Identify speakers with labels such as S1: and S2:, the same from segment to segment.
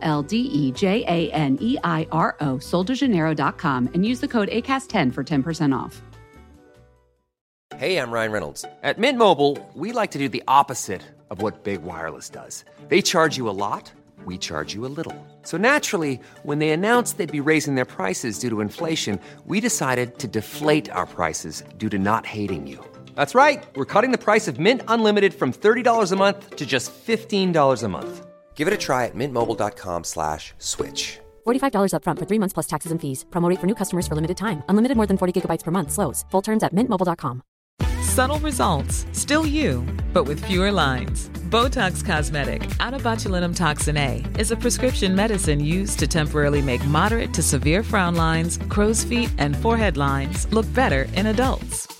S1: L D E J A N E I R O, soldejaneiro.com, and use the code ACAST10 for 10% off.
S2: Hey, I'm Ryan Reynolds. At Mint Mobile, we like to do the opposite of what Big Wireless does. They charge you a lot, we charge you a little. So naturally, when they announced they'd be raising their prices due to inflation, we decided to deflate our prices due to not hating you. That's right. We're cutting the price of Mint Unlimited from $30 a month to just $15 a month. Give it a try at mintmobile.com slash switch.
S3: $45 upfront for three months plus taxes and fees. Promote for new customers for limited time. Unlimited more than 40 gigabytes per month. Slows. Full terms at mintmobile.com.
S4: Subtle results, still you, but with fewer lines. Botox Cosmetic, out of botulinum toxin A, is a prescription medicine used to temporarily make moderate to severe frown lines, crow's feet, and forehead lines look better in adults.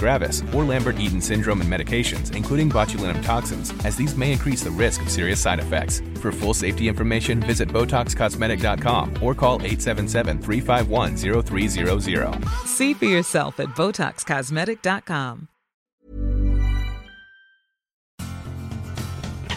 S5: gravis, or Lambert-Eaton syndrome and medications, including botulinum toxins, as these may increase the risk of serious side effects. For full safety information, visit BotoxCosmetic.com or call 877-351-0300.
S4: See for yourself at BotoxCosmetic.com.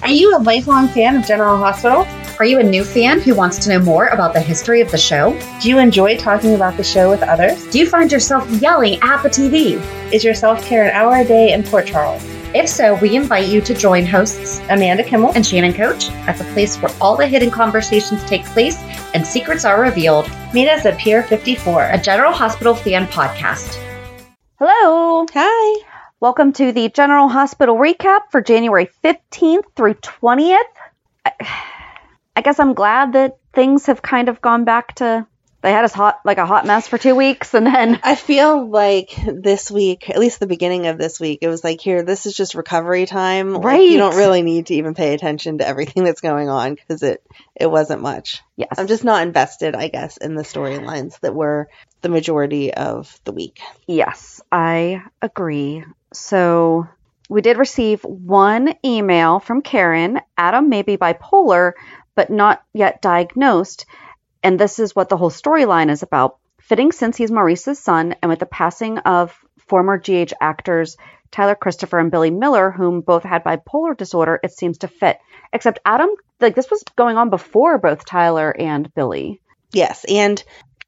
S6: Are you a lifelong fan of General Hospital?
S7: Are you a new fan who wants to know more about the history of the show?
S6: Do you enjoy talking about the show with others?
S7: Do you find yourself yelling at the TV?
S6: Is your self care an hour a day in Port Charles?
S7: If so, we invite you to join hosts
S6: Amanda Kimmel,
S7: and Shannon Coach at the place where all the hidden conversations take place and secrets are revealed,
S6: meet us at Pier 54.
S7: a General Hospital fan podcast.
S8: Hello.
S6: Hi.
S8: Welcome to the General Hospital recap for January 15th through 20th. I, I guess I'm glad that things have kind of gone back to they had us hot like a hot mess for 2 weeks and then
S6: I feel like this week, at least the beginning of this week, it was like, here, this is just recovery time. Like,
S8: Right.
S6: you don't really need to even pay attention to everything that's going on because it, it wasn't much.
S8: yes.
S6: I'm just not invested, I guess, in the storylines that were the majority of the week.
S8: Yes, I agree. So we did receive one email from Karen. Adam may be bipolar, but not yet diagnosed. And this is what the whole storyline is about. Fitting since he's Maurice's son, and with the passing of former GH actors Tyler Christopher and Billy Miller, whom both had bipolar disorder, it seems to fit. Except Adam, like this was going on before both Tyler and Billy.
S6: Yes, and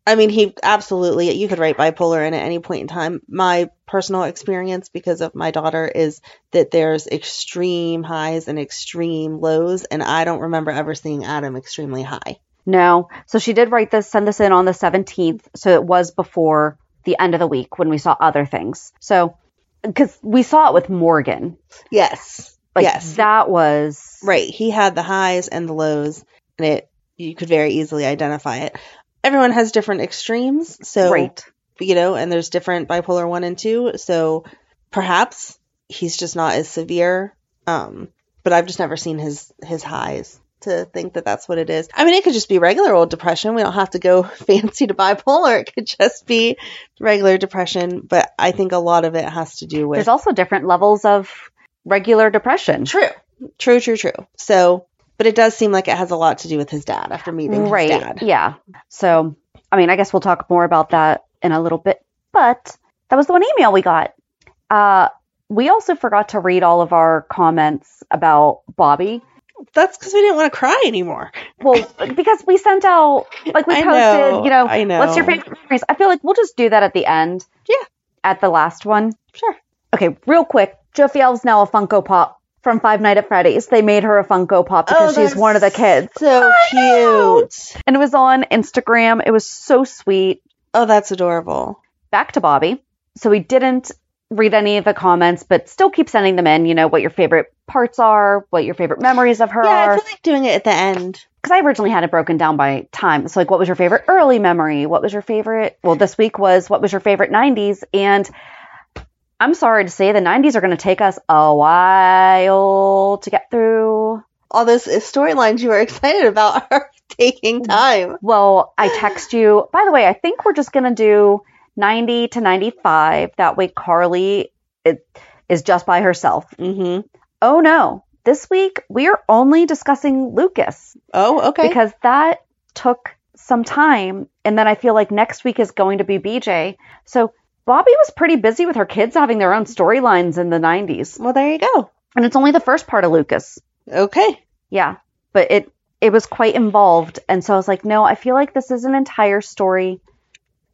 S6: I mean he absolutely you could write bipolar in at any point in time. My personal experience because of my daughter is that there's extreme highs and extreme lows and I don't remember ever seeing Adam extremely high.
S8: No. So she did write this, send this in on the 17th. So it was before the end of the week when we saw other things. So, because we saw it with Morgan.
S6: Yes.
S8: Like,
S6: yes.
S8: That was.
S6: Right. He had the highs and the lows and it you could very easily identify it. Everyone has different extremes, so
S8: Right.
S6: you know, and there's different bipolar one and two. So perhaps he's just not as severe. Um, but I've just never seen his his highs to think that that's what it is. I mean, it could just be regular old depression. We don't have to go fancy to bipolar. It could just be regular depression. But I think a lot of it has to do with
S8: There's also different levels of regular depression.
S6: true, true, true, true. So, but it does seem like it has a lot to do with his dad after meeting
S8: Right.
S6: his dad.
S8: Yeah. So, I mean, I guess we'll talk more about that in a little bit. But that was the one email we got. Uh, we also forgot to read all of our comments about Bobby.
S6: That's because we didn't want to cry anymore.
S8: Well, because we sent out like we
S6: I
S8: posted,
S6: know,
S8: you know,
S6: I know.
S8: what's your favorite memories? I feel like we'll just do that at the end.
S6: Yeah.
S8: At the last one.
S6: Sure.
S8: Okay, real quick. Jophiel's now a Funko Pop from Five Night at Freddy's. They made her a Funko Pop because she's
S6: Oh, that's
S8: one of the kids.
S6: So
S8: know.
S6: cute.
S8: And it was on Instagram. It was so sweet.
S6: Oh, that's adorable.
S8: Back to Bobby. So he didn't read any of the comments, but still keep sending them in, you know, what your favorite parts are, what your favorite memories of her
S6: Yeah, I
S8: are.
S6: feel like doing it at the end.
S8: Because I originally had it broken down by time. So, like, what was your favorite early memory? What was your favorite? Well, this week was what was your favorite 90s? And I'm sorry to say the 90s are going to take us a while to get through.
S6: All those storylines you were excited about are taking time.
S8: Well, I text you. By the way, I think we're just going to do 90 to 95. That way, Carly it, is just by herself.
S6: Mm-hmm.
S8: Oh, no. This week, we are only discussing Lucas
S6: Oh, okay.
S8: because that took some time. And then I feel like next week is going to be BJ. So, Bobby was pretty busy with her kids having their own storylines in the 90s.
S6: well, there you go.
S8: And it's only the first part of Lucas.
S6: Okay.
S8: Yeah, but it it was quite involved, and so I was like, no, I feel like this is an entire story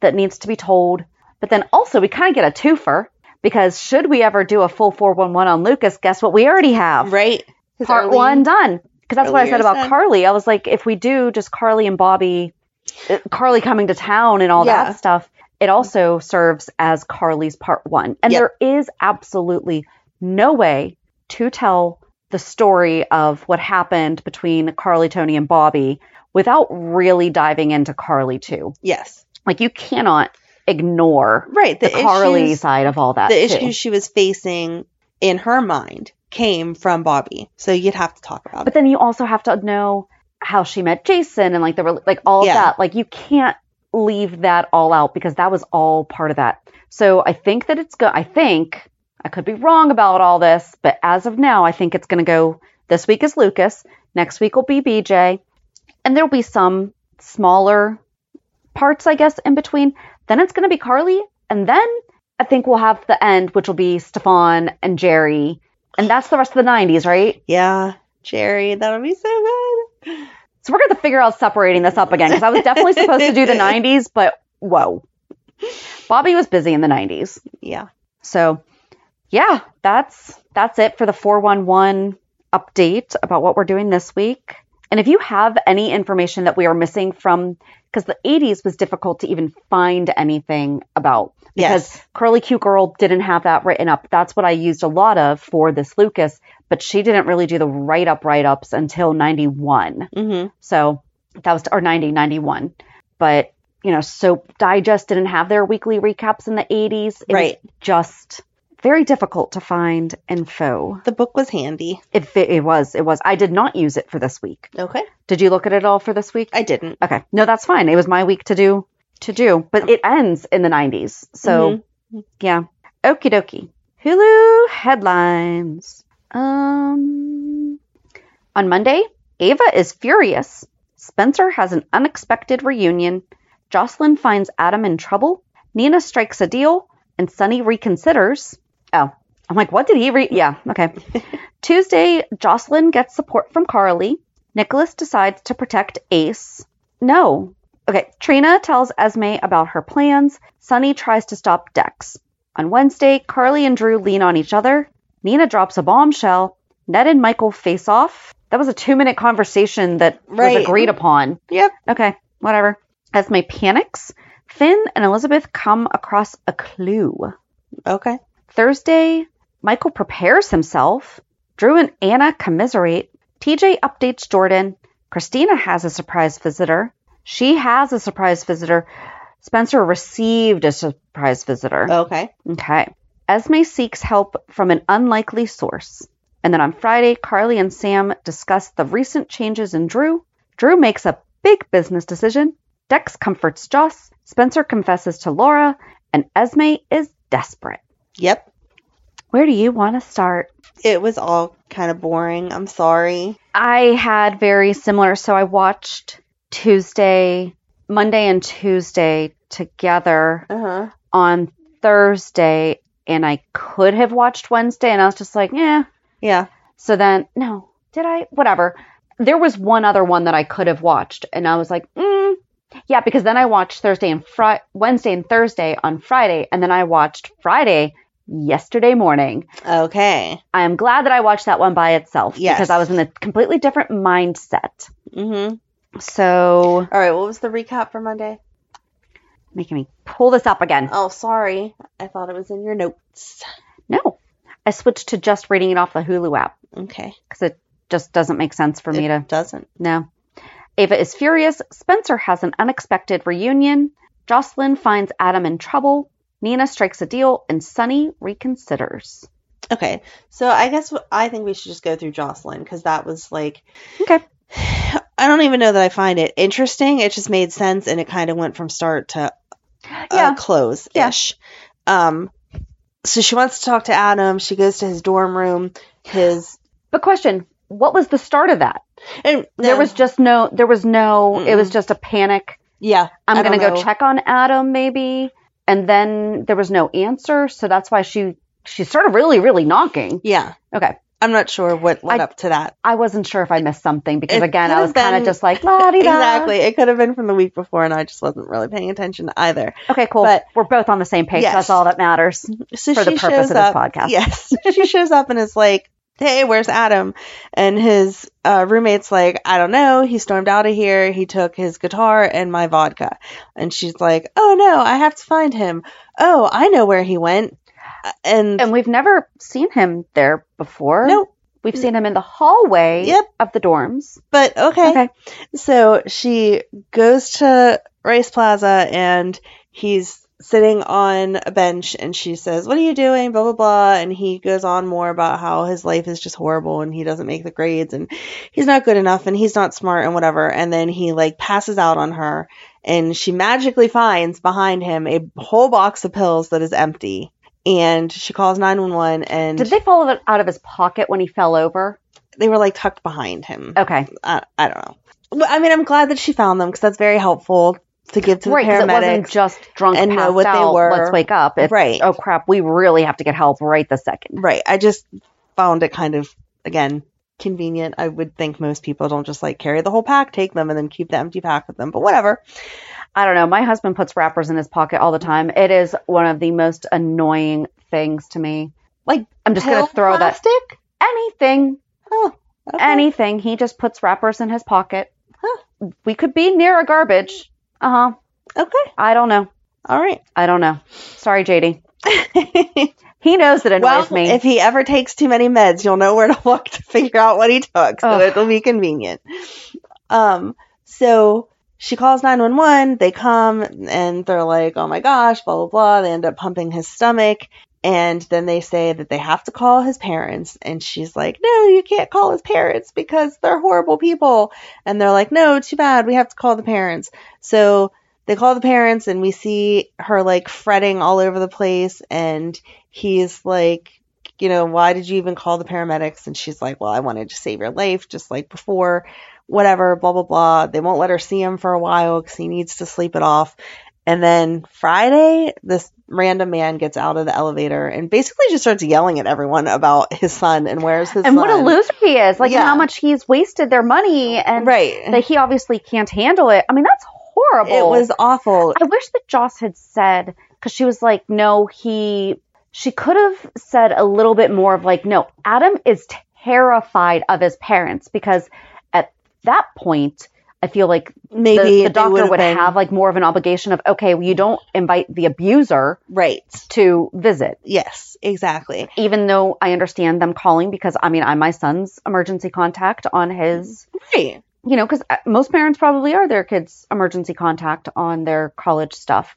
S8: that needs to be told. But then also, we kind of get a twofer because should we ever do a full four one one on Lucas, guess what? We already have
S6: Right.
S8: part
S6: Early-
S8: one done. Because that's what I
S6: earlier
S8: said about
S6: said.
S8: Carly. I was like, if we do just Carly and Bobby, uh, Carly coming to town and all
S6: Yeah.
S8: that stuff, it also serves as Carly's part one. And
S6: Yep.
S8: there is absolutely no way to tell the story of what happened between Carly, Tony, and Bobby without really diving into Carly too.
S6: Yes.
S8: Like you cannot ignore
S6: Right.
S8: the,
S6: The, issues,
S8: Carly side of all that.
S6: the
S8: too.
S6: issues she was facing in her mind came from Bobby. So you'd have to talk about
S8: But
S6: it.
S8: then you also have to know how she met Jason and like the rel- like all
S6: Yeah.
S8: of that. Like you can't leave that all out because that was all part of that. So I think that it's going. I think I could be wrong about all this, but as of now, I think it's going to go. This week is Lucas. Next week will be BJ, and there'll be some smaller parts, I guess, in between. Then it's going to be Carly, and then I think we'll have the end, which will be Stefan and Jerry, and that's the rest of the '90s, right?
S6: Yeah. Jerry, that would be so good.
S8: So we're going to figure out separating this up again because I was definitely supposed to do the 90s, but whoa. Bobby was busy in the 90s.
S6: Yeah.
S8: So, yeah, that's that's it for the 411 update about what we're doing this week. And if you have any information that we are missing from because the 80s was difficult to even find anything about because
S6: Yes.
S8: Curly Q Girl didn't have that written up. That's what I used a lot of for this Lucas, but she didn't really do the write up write ups until 91.
S6: Mm-hmm.
S8: So that was, or 90, 91. But, you know, so Digest didn't have their weekly recaps in the 80s. It
S6: Right.
S8: was just very difficult to find info.
S6: The book was handy.
S8: It, fi- it was, it was. I did not use it for this week.
S6: Okay.
S8: Did you look at it all for this week?
S6: I didn't.
S8: okay. No, that's fine. It was my week to do, to do, but it ends in the 90s. So
S6: Mm-hmm.
S8: yeah. Okie dokie. Hulu headlines. Um, on Monday, Ava is furious. Spencer has an unexpected reunion. Jocelyn finds Adam in trouble. Nina strikes a deal, and Sunny reconsiders. Oh, I'm like, what did he read? Yeah, okay. Tuesday, Jocelyn gets support from Carly. Nicholas decides to protect Ace. No. Okay, Trina tells Esme about her plans. Sunny tries to stop Dex. On Wednesday, Carly and Drew lean on each other. Nina drops a bombshell. Ned and Michael face off. That was a two minute conversation that
S6: Right.
S8: was agreed upon.
S6: Yep.
S8: Okay, whatever. Esme panics. Finn and Elizabeth come across a clue.
S6: Okay.
S8: Thursday, Michael prepares himself. Drew and Anna commiserate. TJ updates Jordan. Christina has a surprise visitor. She has a surprise visitor. Spencer received a surprise visitor.
S6: Okay.
S8: Okay. Esme seeks help from an unlikely source. And then on Friday, Carly and Sam discuss the recent changes in Drew. Drew makes a big business decision. Dex comforts Joss. Spencer confesses to Laura. And Esme is desperate.
S6: Yep.
S8: Where do you want to start?
S6: It was all kind of boring. I'm sorry.
S8: I had very similar. So I watched Tuesday, Monday, and Tuesday together
S6: Uh huh.
S8: on Thursday, and I could have watched Wednesday, and I was just like, yeah.
S6: Yeah.
S8: So then, no, did I? Whatever. There was one other one that I could have watched, and I was like, mm, yeah, because then I watched Thursday and Friday, Wednesday and Thursday on Friday, and then I watched Friday, yesterday morning.
S6: Okay.
S8: I am glad that I watched that one by itself
S6: Yes.
S8: because I was in a completely different mindset.
S6: Mm-hmm.
S8: So,
S6: All right. What was the recap for Monday?
S8: making me pull this up again.
S6: Oh, sorry. I thought it was in your notes.
S8: No, I switched to just reading it off the Hulu app
S6: Okay.
S8: because it just doesn't make sense for me to.
S6: It doesn't.
S8: No. Ava is furious. Spencer has an unexpected reunion. Jocelyn finds Adam in trouble. Nina strikes a deal, and Sunny reconsiders.
S6: Okay. So I guess what, I think we should just go through Jocelyn because that was like
S8: Okay.
S6: I don't even know that I find it interesting. It just made sense and it kind of went from start to uh,
S8: Yeah.
S6: close ish. Um, so she wants to talk to Adam. She goes to his dorm room. His
S8: But question: What was the start of that?
S6: and
S8: There was just no. There was no. It was just a panic.
S6: yeah.
S8: I'm
S6: I
S8: gonna
S6: don't
S8: go
S6: know.
S8: check on Adam, maybe. And then there was no answer, so that's why she she started really, really knocking.
S6: Yeah,
S8: Okay.
S6: I'm not sure what led
S8: I-
S6: up to that.
S8: I wasn't sure if I missed something because
S6: It
S8: again, I
S6: could've
S8: was kind
S6: been-
S8: of just like la di da.
S6: Exactly. It could have been from the week before, and I just wasn't really paying attention either.
S8: Okay, cool.
S6: But-
S8: We're both on the same page.
S6: Yes.
S8: That's all that matters.
S6: So
S8: For the
S6: she
S8: purpose
S6: shows
S8: of this
S6: up-
S8: podcast.
S6: Yes, she shows up and is like, "Hey, where's Adam?" And his uh, roommate's like, "I don't know. He stormed out of here. He took his guitar and my vodka." And she's like, "Oh no, I have to find him. Oh, I know where he went." Uh, And,
S8: And we've never seen him there before.
S6: no,
S8: We've seen him in the hallway
S6: Yep.
S8: of the dorms.
S6: but okay.
S8: Okay.
S6: So she goes to Race Plaza and he's sitting on a bench and she says, What are you doing? Blah, blah, blah. And he goes on more about how his life is just horrible and he doesn't make the grades and he's not good enough and he's not smart and whatever. And then he like passes out on her and she magically finds behind him a whole box of pills that is empty. And she calls 911 and
S8: Did they fall out- out of his pocket when he fell over?
S6: they were like tucked behind him.
S8: Okay.
S6: I, I don't know. Well, I mean, I'm glad that she found them because that's very helpful to give to the
S8: right, 'cause it wasn't
S6: paramedics.
S8: just drunk
S6: and know
S8: passed
S6: what they
S8: out,
S6: were.
S8: Let's wake up. It's,
S6: Right.
S8: Oh crap, we really have to get help right this second.
S6: right. I just found it kind of, again, convenient. I would think most people don't just like carry the whole pack, take them, and then keep the empty pack with them, but whatever.
S8: I don't know. My husband puts wrappers in his pocket all the time. It is one of the most annoying things to me.
S6: Like,
S8: I'm just going
S6: pill
S8: to throw
S6: plastic?
S8: that anything,
S6: Oh, okay.
S8: anything. He just puts wrappers in his pocket.
S6: Huh.
S8: We could be near a garbage. Uh huh.
S6: Okay.
S8: I don't know.
S6: All right.
S8: I don't know. Sorry, JD. He knows that annoys
S6: well,
S8: me.
S6: if he ever takes too many meds, you'll know where to look to figure out what he took, so
S8: Ugh.
S6: it'll be convenient. Um, so she calls 911, they come and they're like, oh my gosh, blah, blah, blah. They end up pumping his stomach. And then they say that they have to call his parents. And she's like, no, you can't call his parents because they're horrible people. And they're like, no, too bad. We have to call the parents. So they call the parents and we see her like fretting all over the place. And he's like, you know, why did you even call the paramedics? And she's like, well, I wanted to save your life just like before, whatever, blah, blah, blah. They won't let her see him for a while because he needs to sleep it off. And then Friday, this random man gets out of the elevator and basically just starts yelling at everyone about his son and where's his
S8: and
S6: son.
S8: what a loser he is. Like, and
S6: Yeah.
S8: how much he's wasted their money and
S6: Right.
S8: that he obviously can't handle it. I mean, that's horrible.
S6: It was awful.
S8: I wish that Joss had said because she was like, no, he. She could have said a little bit more of like, no, Adam is terrified of his parents because at that point, I feel like
S6: Maybe
S8: the,
S6: they
S8: the doctor
S6: would've
S8: would
S6: been-
S8: have like more of an obligation of okay, well, you don't invite the abuser
S6: Right.
S8: to visit,
S6: Yes, exactly.
S8: even though I understand them calling because I mean I'm my son's emergency contact on his
S6: Right.
S8: you know, because most parents probably are their kids' emergency contact on their college stuff.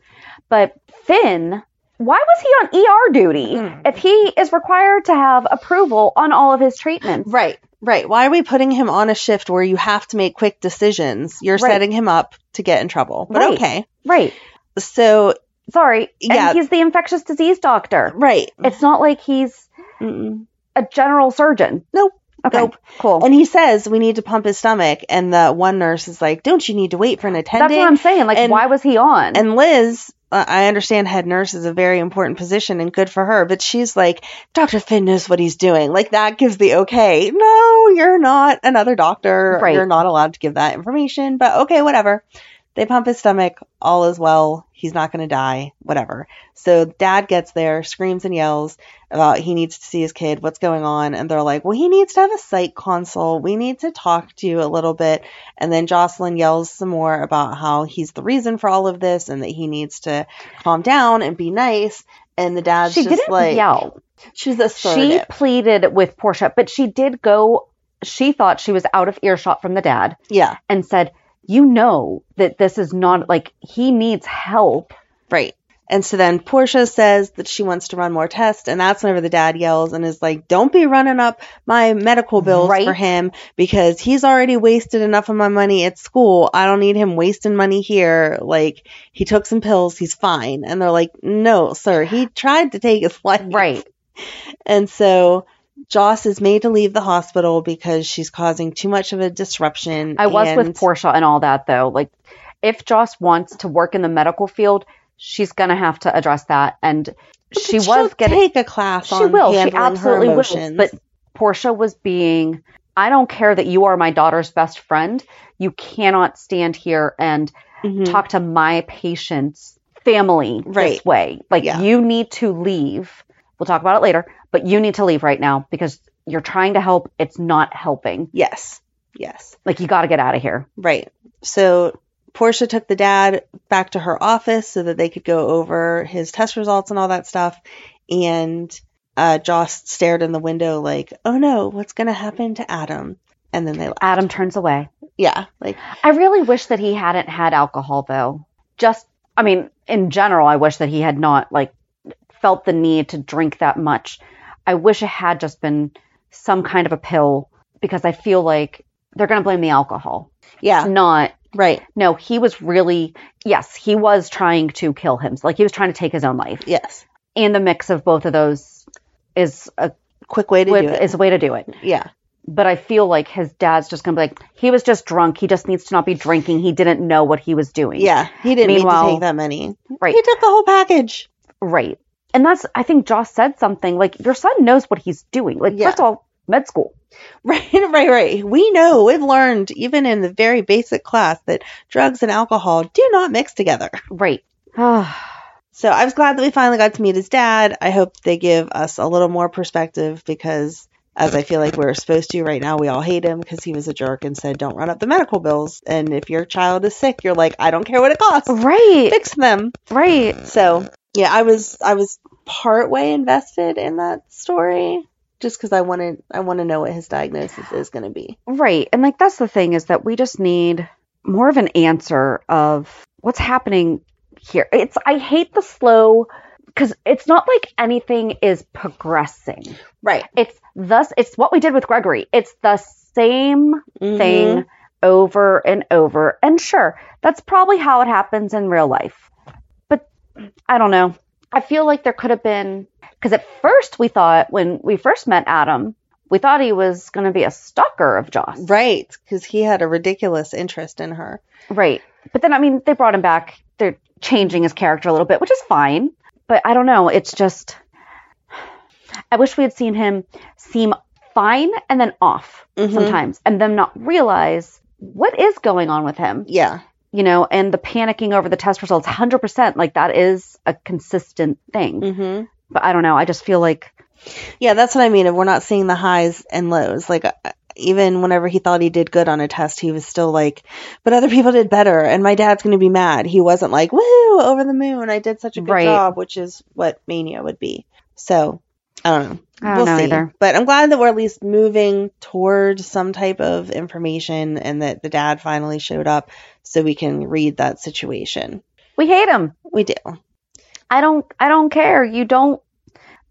S8: But Finn, why was he on ER duty
S6: Hmm.
S8: if he is required to have approval on all of his treatments?
S6: Right, right. Why are we putting him on a shift where you have to make quick decisions? You're
S8: Right.
S6: setting him up to get in trouble. But
S8: Right.
S6: okay.
S8: Right.
S6: So,
S8: Sorry.
S6: Yeah.
S8: And he's the infectious disease doctor.
S6: right.
S8: It's not like he's
S6: Mm-mm.
S8: a general surgeon.
S6: Nope.
S8: Okay.
S6: Nope.
S8: Cool.
S6: And he says we need to pump his stomach and the one nurse is like, "Don't you need to wait for an attendant?"
S8: That's what I'm saying. Like,
S6: and-
S8: why was he on?
S6: And Liz, uh, I understand head nurse is a very important position and good for her, but she's like, Dr. Finn knows what he's doing. Like, that gives the okay. No, you're not another doctor.
S8: Right.
S6: You're not allowed to give that information, but okay, whatever. They pump his stomach, all is well, he's not going to die, whatever. So dad gets there, screams and yells about he needs to see his kid, what's going on, and they're like, well, he needs to have a psych consult. We need to talk to you a little bit. And then Jocelyn yells some more about how he's the reason for all of this and that he needs to calm down and be nice. And the dad's
S8: she
S6: just
S8: didn't
S6: like,
S8: yell.
S6: she's
S8: She
S6: assertive.
S8: pleaded with Portia, but she did go. She thought she was out of earshot from the dad
S6: yeah,
S8: and said, "You know that this is not like he needs help."
S6: Right. And so then Portia says that she wants to run more tests, and that's whenever the dad yells and is like, "Don't be running up my medical bills
S8: Right.
S6: for him because he's already wasted enough of my money at school. I don't need him wasting money here. Like he took some pills, he's fine." And they're like, "No, sir, he tried to take his life."
S8: Right.
S6: And so Joss is made to leave the hospital because she's causing too much of a disruption.
S8: I was
S6: and-
S8: with Portia and all that though. Like, if Joss wants to work in the medical field, she's gonna have to address that. And she
S6: She'll
S8: was getting
S6: take a class
S8: she
S6: on
S8: will. She
S6: handling her
S8: absolutely will.
S6: emotions.
S8: But Portia was being, I don't care that you are my daughter's best friend. You cannot stand here and
S6: Mhm.
S8: talk to my patient's family
S6: Right.
S8: this way. Like
S6: Yeah.
S8: you need to leave. We'll talk about it later, but you need to leave right now because you're trying to help. It's not helping.
S6: yes. Yes.
S8: Like you got to get out of here.
S6: Right. So Portia took the dad back to her office so that they could go over his test results and all that stuff. And uh, Joss stared in the window like, oh no, what's going to happen to Adam? And then they,
S8: Adam turns away.
S6: yeah, like,
S8: I really wish that he hadn't had alcohol though. Just I mean, in general, I wish that he had not like felt the need to drink that much. I wish it had just been some kind of a pill because I feel like they're going to blame the alcohol.
S6: yeah,
S8: Not
S6: right.
S8: no, he was really yes, he was trying to kill him. Like he was trying to take his own life.
S6: Yes.
S8: And the mix of both of those is a
S6: Quick way to do it.
S8: is a way to do it
S6: yeah.
S8: but I feel like his dad's just gonna be like, he was just drunk. He just needs to not be drinking. He didn't know what he was doing.
S6: Yeah. He didn't mean to
S8: Meanwhile-
S6: take that many.
S8: Right.
S6: He took the whole package.
S8: Right. And that's, I think Josh said something like, your son knows what he's doing. Like,
S6: Yeah.
S8: first of all, med school.
S6: Right, right, right. We know, we've learned, even in the very basic class, that drugs and alcohol do not mix together.
S8: Right.
S6: So I was glad that we finally got to meet his dad. I hope they give us a little more perspective because, as I feel like we're supposed to right now, we all hate him because he was a jerk and said, "Don't run up the medical bills." And if your child is sick, you're like, "I don't care what it costs,
S8: right.
S6: fix them."
S8: Right.
S6: So yeah, I was I was part way invested in that story just because I wanted I want to know what his diagnosis is going to be.
S8: Right. And like, that's the thing is that we just need more of an answer of what's happening here. It's, I hate the slow, because it's not like anything is progressing.
S6: Right.
S8: It's thus, it's what we did with Gregory. It's the same thing over and over. And sure, that's probably how it happens in real life. But I don't know. I feel like there could have been, because at first we thought when we first met Adam, we thought he was going to be a stalker of Joss.
S6: Right, because he had a ridiculous interest in her.
S8: Right. But then, I mean, they brought him back. They're changing his character a little bit, which is fine. But I don't know. It's just, I wish we had seen him seem fine and then off
S6: Mhm.
S8: sometimes and then not realize what is going on with him,
S6: Yeah.
S8: you know, and the panicking over the test results 100%. Like that is a consistent thing.
S6: Mm-hmm.
S8: But I don't know. I just feel like,
S6: Yeah, that's what I mean. If we're not seeing the highs and lows, like uh, even whenever he thought he did good on a test, he was still like, "But other people did better," and my dad's going to be mad. He wasn't like, "Woo, over the moon! I did such a good
S8: Right.
S6: job," which is what mania would be. So I don't know.
S8: I don't know either.
S6: But I'm glad that we're at least moving toward some type of information, and that the dad finally showed up so we can read that situation.
S8: we hate him.
S6: We do.
S8: I don't, I don't care. You don't,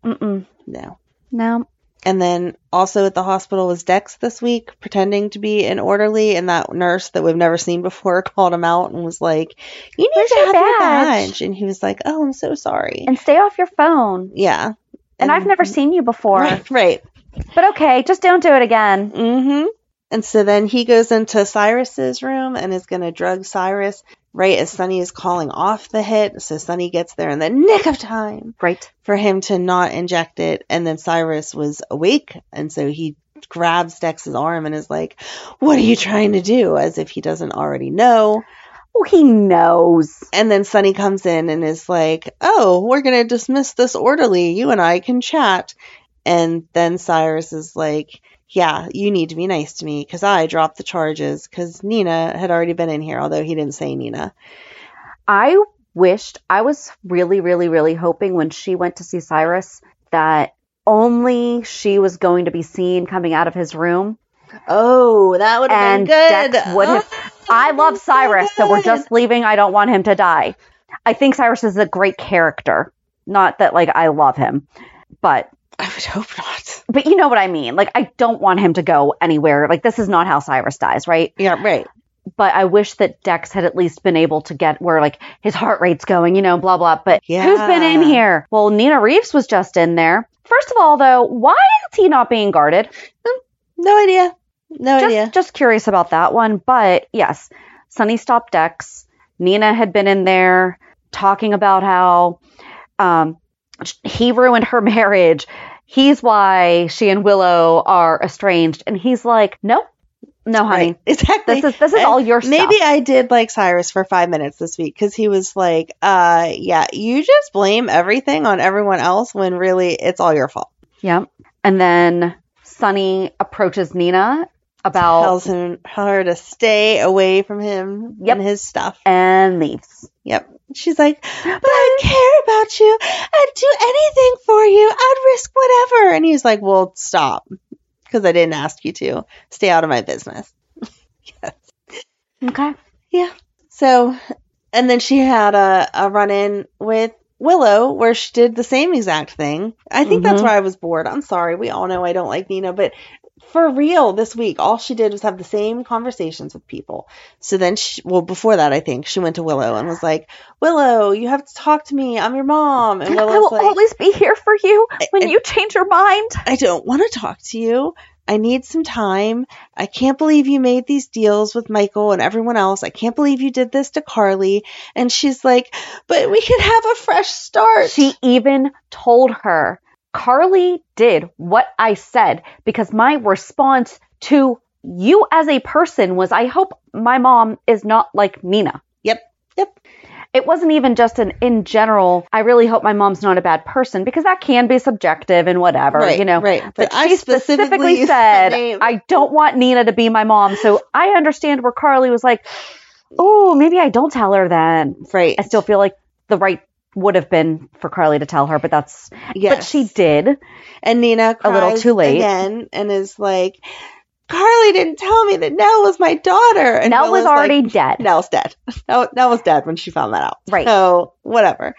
S8: mm-mm,
S6: No.
S8: no.
S6: And then also at the hospital was Dex this week, pretending to be an orderly, and that nurse that we've never seen before called him out and was like, "You need
S8: Where's
S6: to
S8: your
S6: have your
S8: badge?"
S6: badge." And he was like, "Oh, I'm so sorry."
S8: And stay off your phone.
S6: yeah,
S8: And, I've never seen you before.
S6: right, right.
S8: But okay, just don't do it again.
S6: Mm-hmm. And so then he goes into Cyrus's room and is going to drug Cyrus right as Sunny is calling off the hit. So Sunny gets there in the nick of time.
S8: Right.
S6: for him to not inject it. And then Cyrus was awake, and so he grabs Dex's arm and is like, "What are you trying to do?" As if he doesn't already know.
S8: Well, Oh, he knows.
S6: And then Sunny comes in and is like, "Oh, we're gonna dismiss this orderly. You and I can chat." And then Cyrus is like, "Yeah, you need to be nice to me because I dropped the charges because Nina had already been in here, although he didn't say Nina."
S8: I wished, I was really, really, really hoping when she went to see Cyrus that only she was going to be seen coming out of his room.
S6: Oh, that would
S8: And Dex would have. I love Cyrus, so we're just leaving. I don't want him to die. I think Cyrus is a great character. Not that, like, I love him, but.
S6: I would hope not.
S8: But you know what I mean. Like, I don't want him to go anywhere. Like, this is not how Cyrus dies, right?
S6: Yeah, right.
S8: but I wish that Dex had at least been able to get where like his heart rate's going, you know, blah blah. But who's been in
S6: Yeah.
S8: here? Well, Nina Reeves was just in there. First of all, though, why is he not being guarded?
S6: No idea. No
S8: just,
S6: idea.
S8: just curious about that one. But yes, Sunny stopped Dex. Nina had been in there talking about how um, he ruined her marriage. He's why she and Willow are estranged, and he's like, no, no, honey.
S6: Right. Exactly.
S8: This is- this is all your stuff.
S6: Maybe I did like Cyrus for five minutes this week because he was like, uh, yeah, you just blame everything on everyone else when really it's all your fault.
S8: Yep. And then Sunny approaches Nina about
S6: Tells him her to stay away from him
S8: Yep.
S6: and his stuff.
S8: and leaves.
S6: Yep. She's like, but I care about you. I'd do anything for you. I'd risk whatever. And he's like, well, stop. Because I didn't ask you to. Stay out of my business.
S8: Okay.
S6: Yeah. So, and then she had a, a run in with Willow where she did the same exact thing. I think that's
S8: Mhm.
S6: where I was bored. I'm sorry. We all know I don't like Nina, but for real, this week, all she did was have the same conversations with people. So then she, well, before that, I think she went to Willow and was like, Willow, you have to talk to me. I'm your mom. And
S8: I will
S6: Willow's like,
S8: always be here for you when
S6: and-
S8: you change your mind.
S6: I don't want to talk to you. I need some time. I can't believe you made these deals with Michael and everyone else. I can't believe you did this to Carly. And she's like, but we could have a fresh start.
S8: She even told her, Carly did what I said because my response to you as a person was, I hope my mom is not like Nina.
S6: yep. Yep.
S8: It wasn't even just an in general, I really hope my mom's not a bad person because that can be subjective and whatever,
S6: Right,
S8: you know.
S6: right.
S8: But,
S6: But I
S8: she specifically,
S6: specifically used
S8: said,
S6: the name.
S8: I don't want Nina to be my mom. So I understand where Carly was like, oh, maybe I don't tell her then.
S6: Right.
S8: I still feel like the right would have been for Carly to tell her, but that's, but
S6: Yes.
S8: she did.
S6: And Nina
S8: A
S6: cries
S8: little too late.
S6: again and is like, Carly didn't tell me that Nell was my daughter. And
S8: Nell was
S6: Willow's like,
S8: already dead.
S6: Nell's dead. Nell, Nell was dead when she found that out.
S8: Right.
S6: So whatever.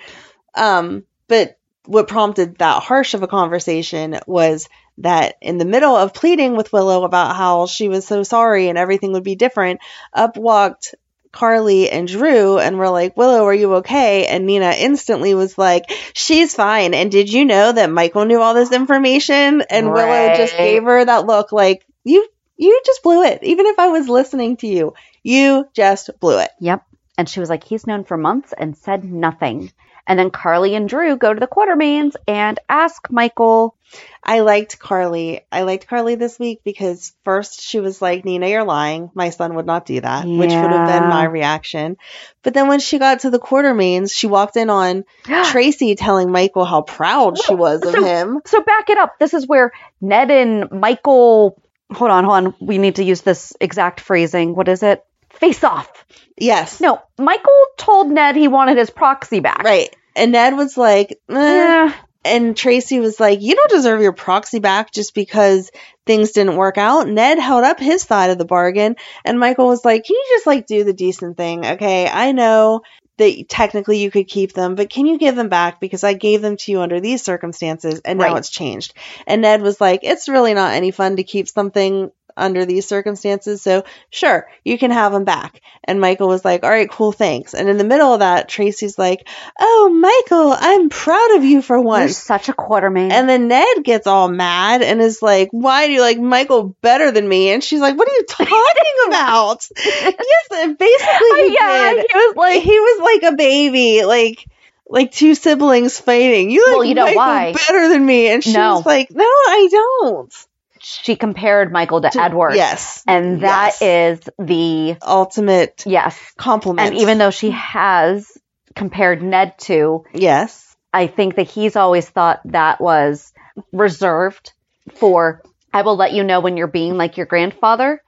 S6: Um, but what prompted that harsh of a conversation was that in the middle of pleading with Willow about how she was so sorry and everything would be different, up walked Carly and Drew and were like, Willow, are you okay? And Nina instantly was like, She's fine. And did you know that Michael knew all this information? And Willow just
S8: Right.
S6: gave her that look like, You you just blew it. Even if I was listening to you, you just blew it.
S8: Yep. And she was like, he's known for months and said nothing. And then Carly and Drew go to the Quartermains and ask Michael.
S6: I liked Carly. I liked Carly this week because first she was like, Nina, you're lying. My son would not do that, which would have been
S8: Yeah.
S6: my reaction. But then when she got to the Quartermains, she walked in on Tracy telling Michael how proud she was of
S8: so-
S6: him.
S8: So back it up. This is where Ned and Michael. Hold on, hold on. We need to use this exact phrasing. What is it? Face off.
S6: Yes.
S8: No, Michael told Ned he wanted his proxy back.
S6: Right. And Ned was like, eh,
S8: Eh,
S6: and Tracy was like, "You don't deserve your proxy back just because things didn't work out." Ned held up his side of the bargain, and Michael was like, "Can you just like do the decent thing? Okay, I know that technically you could keep them, but can you give them back because I gave them to you under these circumstances, and now
S8: Right.
S6: it's changed." And Ned was like, "It's really not any fun to keep something." Under these circumstances, so sure, you can have them back. And Michael was like, All right, cool, thanks. And in the middle of that, Tracy's like, Oh, Michael, I'm proud of you for
S8: you're
S6: once.
S8: such a Quartermain.
S6: And then Ned gets all mad and is like, Why do you like Michael better than me? And she's like, What are you talking about? yes, and basically he
S8: yeah,
S6: did.
S8: he was
S6: Like
S8: like,
S6: he was like a baby, like like two siblings fighting. You like
S8: Well, you know
S6: Michael
S8: why?
S6: better than me. And she
S8: No.
S6: was like, No, I don't.
S8: she compared Michael to,
S6: To-
S8: Edward.
S6: Yes.
S8: And that is the
S6: ultimate
S8: yes.
S6: compliment.
S8: And even though she has compared Ned to,
S6: yes,
S8: I think that he's always thought that was reserved for I will let you know when you're being like your grandfather.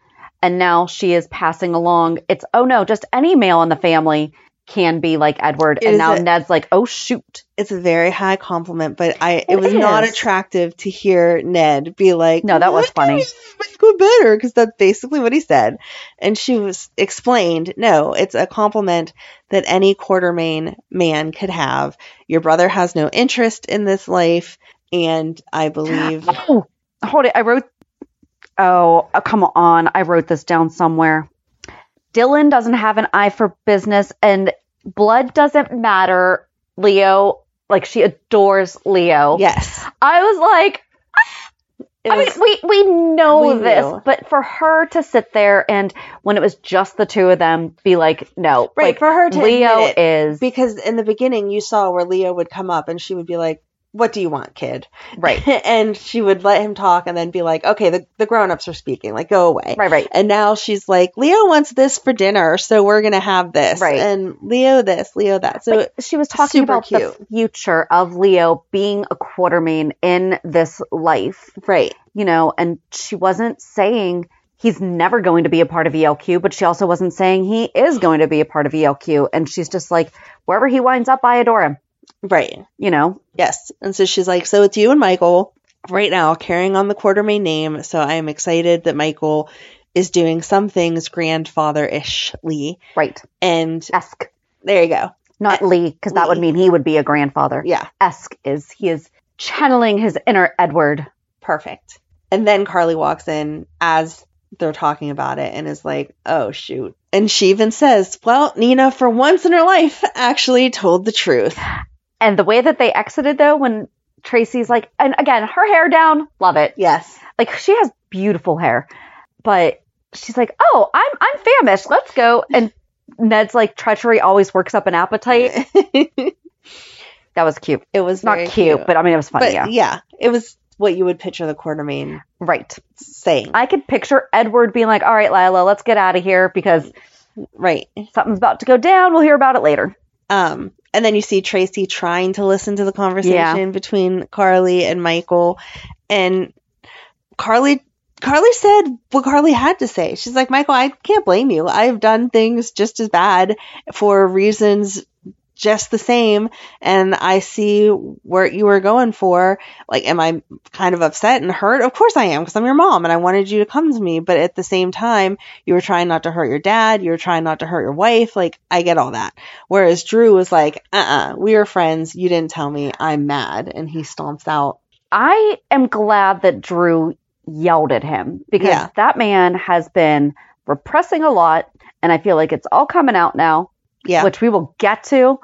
S8: And now she is passing along. It's oh no, just any male in the family can be like Edward.
S6: It
S8: and
S6: is
S8: now
S6: a-
S8: Ned's like, oh shoot.
S6: it's a very high compliment, but I it,
S8: It
S6: was not
S8: is.
S6: attractive to hear Ned be like,
S8: No, that was
S6: "What do
S8: funny.
S6: you think Michael better because that's basically what he said, and she was explained. No, it's a compliment that any Quartermain man could have. Your brother has no interest in this life, and I believe
S8: Oh, hold it. I wrote. Oh, uh, come on. I wrote this down somewhere. Dylan doesn't have an eye for business, and blood doesn't matter. Leo, like she adores Leo.
S6: yes,
S8: I was like,
S6: it
S8: I mean,
S6: was-
S8: we we know
S6: We
S8: this,
S6: knew.
S8: but for her to sit there and when it was just the two of them, be like, no,
S6: right
S8: like,
S6: for her to
S8: Leo
S6: admit it,
S8: is
S6: because in the beginning you saw where Leo would come up and she would be like, "What do you want, kid?"
S8: right,
S6: and she would let him talk and then be like, okay, the, the grown ups are speaking, like, go away.
S8: right, right.
S6: And now she's like, Leo wants this for dinner, so we're going to have this.
S8: Right.
S6: And Leo this, Leo that. So,
S8: But she was talking
S6: super
S8: about the
S6: cute.
S8: future of Leo being a quartermain in this life,
S6: right.
S8: you know, and she wasn't saying he's never going to be a part of ELQ, but she also wasn't saying he is going to be a part of ELQ. And she's just like, wherever he winds up, I adore him,
S6: Right.
S8: you know?
S6: Yes. And so she's like, so it's you and Michael right now carrying on the Quartermain name. So I am excited that Michael is doing some things grandfather ishly.
S8: Right.
S6: And
S8: Esk,
S6: there you go.
S8: not Lee, because that would
S6: Lee.
S8: mean he would be a grandfather.
S6: Yeah.
S8: Esk is, he is channeling his inner Edward.
S6: Perfect. And then Carly walks in as they're talking about it and is like, oh, shoot. And she even says, well, Nina, for once in her life, actually told the truth.
S8: And the way that they exited, though, when Tracy's like, and again, her hair down, love it.
S6: Yes.
S8: like she has beautiful hair, but she's like, "Oh, I'm I'm famished. Let's go." And Ned's like, "Treachery always works up an appetite."
S6: it
S8: That was cute.
S6: was
S8: It's not
S6: very
S8: cute, but I mean, it was funny.
S6: But
S8: yeah,
S6: yeah. it was what you would picture the Quartermain
S8: right.
S6: saying.
S8: I could picture Edward being like, "All right, Lila, let's get out of here because
S6: right.
S8: something's about to go down. We'll hear about it later."
S6: Um, and then you see Tracy trying to listen to the conversation
S8: Yeah.
S6: between Carly and Michael, and Carly. Carly said what Carly had to say. She's like, Michael, I can't blame you. I've done things just as bad for reasons just the same, and I see what you were going for. Like, am I kind of upset and hurt? Of course I am, because I'm your mom and I wanted you to come to me. But at the same time, you were trying not to hurt your dad. You were trying not to hurt your wife. Like, I get all that. Whereas Drew was like, uh uh we were friends. You didn't tell me. I'm mad. And he stomps out.
S8: I am glad that Drew yelled at him because
S6: Yeah.
S8: that man has been repressing a lot, and I feel like it's all coming out now.
S6: Yeah.
S8: which we will get to.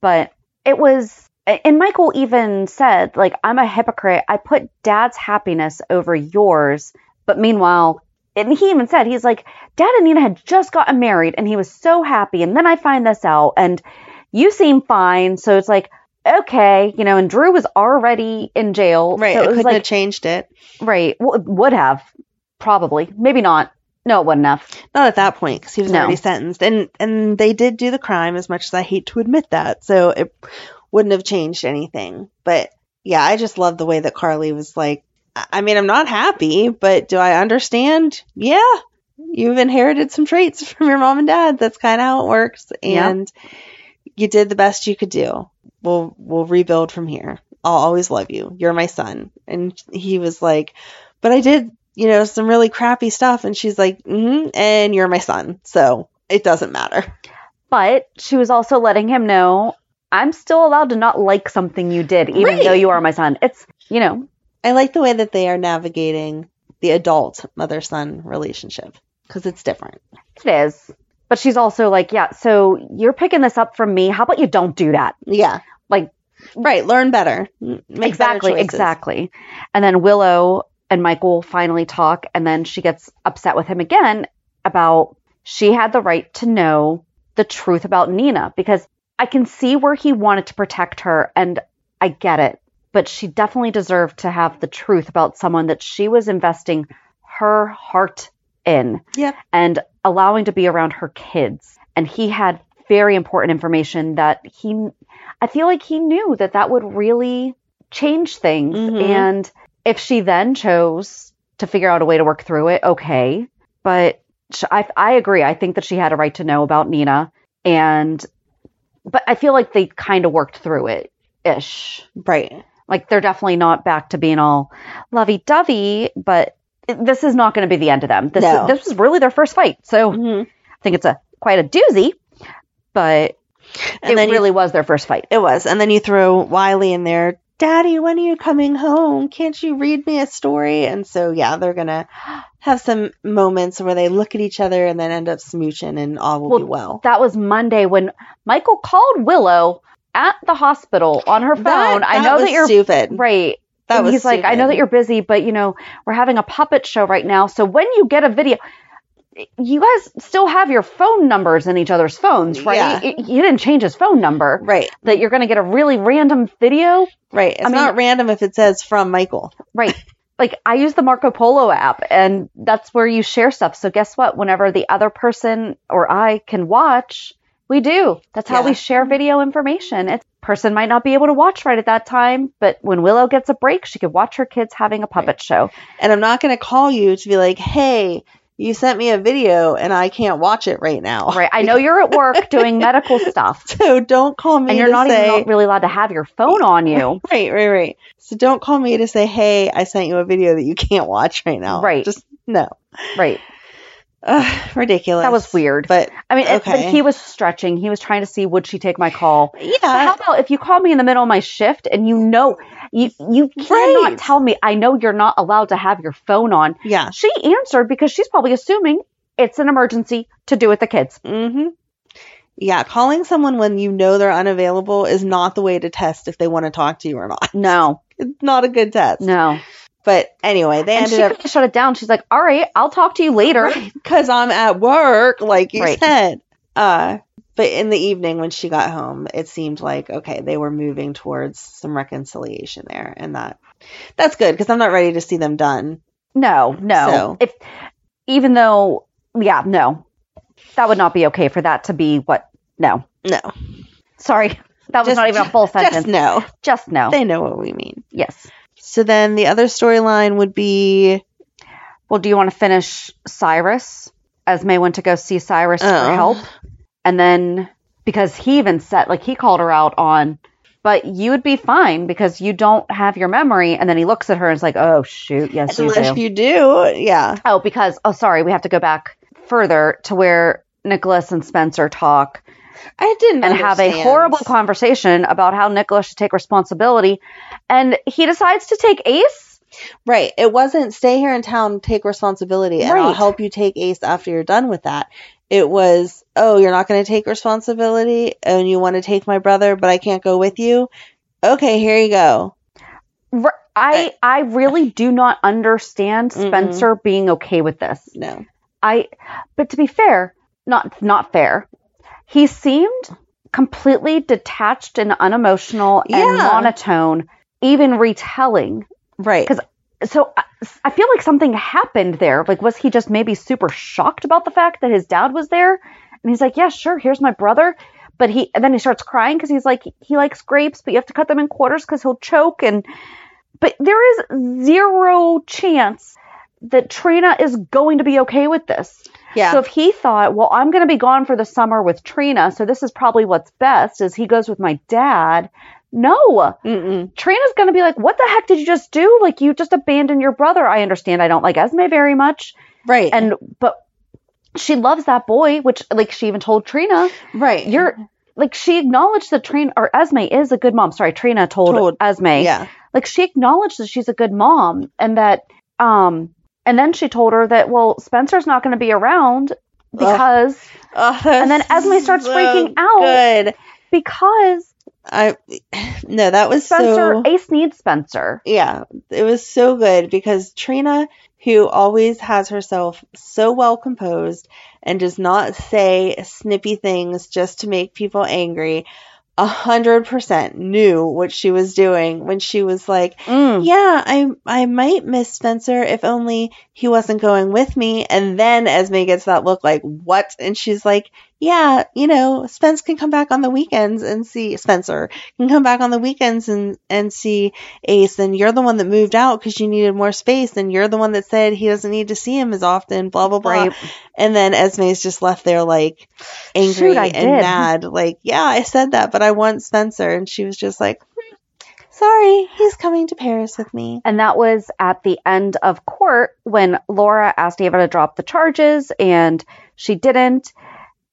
S8: But it was, and Michael even said, like, I'm a hypocrite. I put dad's happiness over yours. But meanwhile, and he even said, he's like, dad and Nina had just gotten married and he was so happy. And then I find this out and you seem fine. So it's like, okay, you know, and Drew was already in jail.
S6: right.
S8: So
S6: I
S8: it was
S6: couldn't have
S8: like,
S6: changed it.
S8: right, w- would have, probably, maybe not. No, it wouldn't have.
S6: Not at that point because he was
S8: No.
S6: already sentenced. And, and they did do the crime as much as I hate to admit that. So it wouldn't have changed anything. But yeah, I just love the way that Carly was like, I I mean, I'm not happy, but do I understand? Yeah. You've inherited some traits from your mom and dad. That's kind of how it works.
S8: Yeah.
S6: And you did the best you could do. We'll we'll rebuild from here. I'll always love you. You're my son. And he was like, but I did, you know, some really crappy stuff. And she's like, mm-hmm, and you're my son. So it doesn't matter.
S8: But she was also letting him know I'm still allowed to not like something you did, even
S6: Right.
S8: though you are my son. It's, you know,
S6: I like the way that they are navigating the adult mother son relationship because it's different.
S8: it is. But she's also like, yeah, so you're picking this up from me. How about you don't do that?
S6: Yeah.
S8: Like-
S6: right. Learn better. M- Make better
S8: exactly,
S6: choices.
S8: exactly. And then Willow and Michael finally talk, and then she gets upset with him again about she had the right to know the truth about Nina because I can see where he wanted to protect her, and I get it. but she definitely deserved to have the truth about someone that she was investing her heart in
S6: Yep.
S8: and allowing to be around her kids. And he had very important information that he, I feel like he knew that that would really change things.
S6: Mhm.
S8: And if she then chose to figure out a way to work through it, okay. But sh I, I agree. I think that she had a right to know about Nina. And, but I feel like they kind of worked through it ish.
S6: Right.
S8: Like they're definitely not back to being all lovey dovey, but it- this is not going to be the end of them. This
S6: No. Mm-hmm.
S8: this was really their first fight, so I think it's a quite a doozy. But
S6: And
S8: it
S6: then you-
S8: really was their first fight.
S6: It was. And then you throw Wiley in there. Daddy, when are you coming home? Can't you read me a story? And so, yeah, they're going to have some moments where they look at each other and then end up smooching and all will be well.
S8: That was Monday when Michael called Willow at the hospital on her phone. I know that
S6: was
S8: you're
S6: stupid.
S8: right.
S6: That
S8: and
S6: was
S8: he's like, I know
S6: stupid.
S8: that you're busy, but you know, we're having a puppet show right now. So when you get a video, you guys still have your phone numbers in each other's phones, right?
S6: Yeah.
S8: You- You didn't change his phone number.
S6: Right.
S8: That you're going to get a really random video.
S6: Right. It's
S8: mean-
S6: not random if it says from Michael.
S8: Right. like I use the Marco Polo app and that's where you share stuff. So guess what? Whenever the other person or I can watch, we do. That's how
S6: Yeah.
S8: we share video information. It's person might not be able to watch right at that time, but when Willow gets a break, she could watch her kids having a puppet show.
S6: And I'm not going to call you to be like, hey, you sent me a video and I can't watch it right now.
S8: Right. I know you're at work doing medical stuff
S6: So don't call me
S8: and you're
S6: to
S8: not
S6: say,
S8: even really allowed to have your phone on you.
S6: Right, right, right. So don't call me to say, "Hey, I sent you a video that you can't watch right now."
S8: Right.
S6: Just no.
S8: Right.
S6: Ugh, ridiculous.
S8: That was weird.
S6: But
S8: I mean, it, but
S6: Okay.
S8: he was stretching. He was trying to see would she take my call.
S6: yeah,
S8: But how about if you call me in the middle of my shift and you know you you cannot
S6: Right.
S8: tell me I know you're not allowed to have your phone on.
S6: yeah.
S8: She answered because she's probably assuming it's an emergency to do with the kids.
S6: hmm Yeah, calling someone when you know they're unavailable is not the way to test if they want to talk to you or not.
S8: No,
S6: It's not a good test.
S8: no.
S6: But anyway, they
S8: And she
S6: ended up
S8: could shut it down. She's like, "All right, I'll talk to you later."
S6: because I'm at work, like you
S8: Right.
S6: said. Uh, but in the evening when she got home, it seemed like okay, they were moving towards some reconciliation there, and that that's good because I'm not ready to see them done.
S8: No, no.
S6: So-
S8: If even though, yeah, no, that would not be okay for that to be what. No,
S6: No,
S8: sorry, that was
S6: Just-
S8: not even a full sentence.
S6: just no.
S8: Just no.
S6: They know what we mean.
S8: yes.
S6: So then the other storyline would be
S8: Well, do you want to finish Cyrus? Esme went to go see Cyrus for
S6: Oh.
S8: help. And then because he even said, like, he called her out on, but you would be fine because you don't have your memory. And then he looks at her and is like, oh, shoot. Yes, you
S6: unless
S8: do.
S6: you do, yeah,
S8: Oh, because, oh, sorry, we have to go back further to where Nicholas and Spencer talk
S6: I didn't
S8: and have a
S6: understand.
S8: horrible conversation about how Nicholas should take responsibility. And he decides to take Ace.
S6: right. It wasn't stay here in town, take responsibility, and I'll
S8: Right.
S6: help you take Ace after you're done with that. It was oh, you're not going to take responsibility, and you want to take my brother, but I can't go with you. Okay, here you go.
S8: R- I, I really do not understand
S6: Mm-mm.
S8: Spencer being okay with this.
S6: No,
S8: I but to be fair, not not fair. He seemed completely detached and unemotional and
S6: Yeah.
S8: monotone, even retelling.
S6: right?
S8: 'Cause- So I, I feel like something happened there. Like was he just maybe super shocked about the fact that his dad was there? And he's like, "Yeah, sure, here's my brother." But he and then he starts crying cuz he's like he likes grapes, but you have to cut them in quarters cuz he'll choke and but there is zero chance that Trina is going to be okay with this.
S6: yeah,
S8: So if he thought, well, I'm going to be gone for the summer with Trina, so this is probably what's best, is he goes with my dad. No,
S6: Mm-mm.
S8: Trina's going to be like, what the heck did you just do? Like, you just abandoned your brother. I understand. I don't like Esme very much.
S6: right,
S8: And, but she loves that boy, which, like, she even told Trina,
S6: right.
S8: you're, like, she acknowledged that Trina, or Esme is a good mom. Sorry, Trina told,
S6: Told.
S8: Esme
S6: yeah,
S8: like she acknowledged that she's a good mom and that um and then she told her that well spencer's not going to be around because
S6: oh,
S8: And then Esme starts freaking out.
S6: Good.
S8: because
S6: I no, that was
S8: spencer
S6: so
S8: ace needs spencer
S6: yeah, it was so good because Trina, who always has herself so well composed and does not say snippy things just to make people angry, 100% knew what she was doing when she was like,
S8: Mm.
S6: "Yeah, I I might miss Spencer if only he wasn't going with me." And then Esme gets that look like, "What?" And she's like, "Yeah, you know, Spence can come back on the weekends and see Spencer can come back on the weekends and and see Ace. And you're the one that moved out because you needed more space, and you're the one that said he doesn't need to see him as often." Blah blah blah.
S8: Right.
S6: And then Esme's just left there like angry
S8: Shoot, I
S6: and
S8: did.
S6: mad. Like, yeah, I said that, but I want Spencer. And she was just like, "Hmm, sorry, he's coming to Paris with me.
S8: And that was at the end of court when Laura asked Ava to drop the charges and she didn't.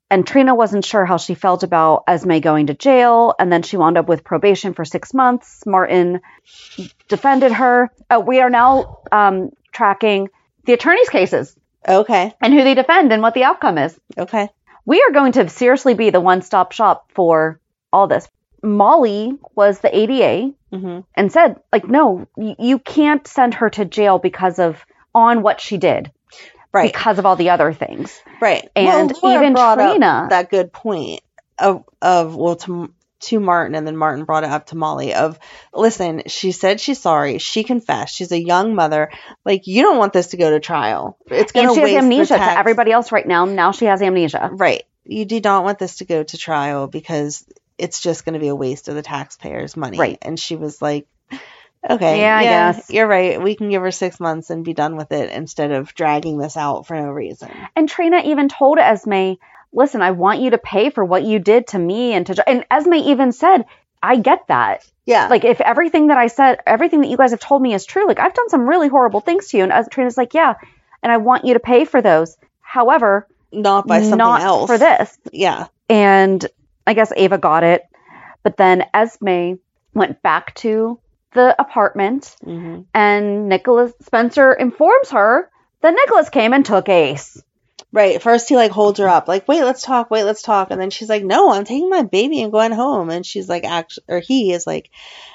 S8: And Trina wasn't sure how she felt about Esme going to jail. And then she wound up with probation for six months. Martin defended her. Uh, we are now um, tracking the attorney's cases
S6: Okay,
S8: and who they defend and what the outcome is.
S6: okay.
S8: We are going to seriously be the one stop shop for all this. Molly was the ADA
S6: hmm
S8: and said like no y- you can't send her to jail because of on what she did
S6: Right,
S8: because of all the other things
S6: right.
S8: and
S6: Laura
S8: even
S6: brought up
S8: Trina-
S6: that good point of of well to to Martin, and then Martin brought it up to Molly of, listen, she said she's sorry, she confessed, she's a young mother. Like, you don't want this to go to trial. It's going
S8: and she has
S6: waste the
S8: amnesia to
S6: tax-
S8: everybody else right now now she has amnesia
S6: Right. You do not want this to go to trial because it's just going to be a waste of the taxpayers' money.
S8: Right.
S6: And she was like, okay,
S8: Yeah,
S6: yeah,
S8: I guess.
S6: you're right. We can give her six months and be done with it instead of dragging this out for no reason.
S8: and trina even told esme listen i want you to pay for what you did to me and to Jo-" and esme even said i get that
S6: Yeah.
S8: like if everything that i said everything that you guys have told me is true like i've done some really horrible things to you and Es- trina's like yeah and i want you to pay for those however
S6: not by something
S8: not
S6: else.
S8: for this
S6: Yeah.
S8: and I guess Ava got it. But then Esme went back to the apartment,
S6: hmm
S8: and Nicholas Spencer informs her that Nicholas came and took Ace.
S6: Right. First, he like holds her up, like, wait, let's talk, wait, let's talk. And then she's like, no, I'm taking my baby and going home. And she's like, actually, or he is like,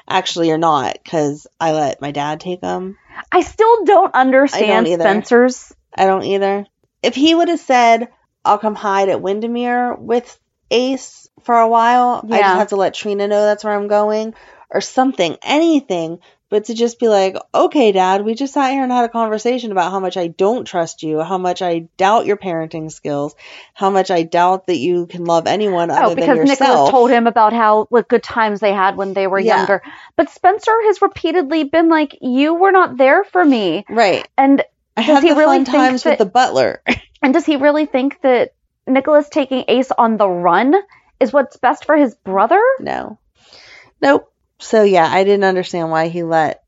S6: actually, you're not because I let my dad take him.
S8: I still don't understand
S6: either.
S8: Spencer's.
S6: I don't either. If he would have said, I'll come hide at Windermere with Ace for a while, I
S8: Yeah.
S6: just have to let Trina know that's where I'm going or something, anything. But to just be like, okay, Dad, we just sat here and had a conversation about how much I don't trust you, how much I doubt your parenting skills, how much I doubt that you can love anyone other
S8: Oh, because
S6: than
S8: Nicholas
S6: yourself.
S8: told him about how what good times they had when they were
S6: Yeah.
S8: younger. But Spencer has repeatedly been like, "You were not there for me,"
S6: right.
S8: and
S6: I
S8: Does
S6: had
S8: he
S6: the
S8: really
S6: fun
S8: think
S6: times
S8: that-
S6: with the butler.
S8: And does he really think that Nicholas taking Ace on the run is what's best for his brother?
S6: No. Nope. So yeah, I didn't understand why he let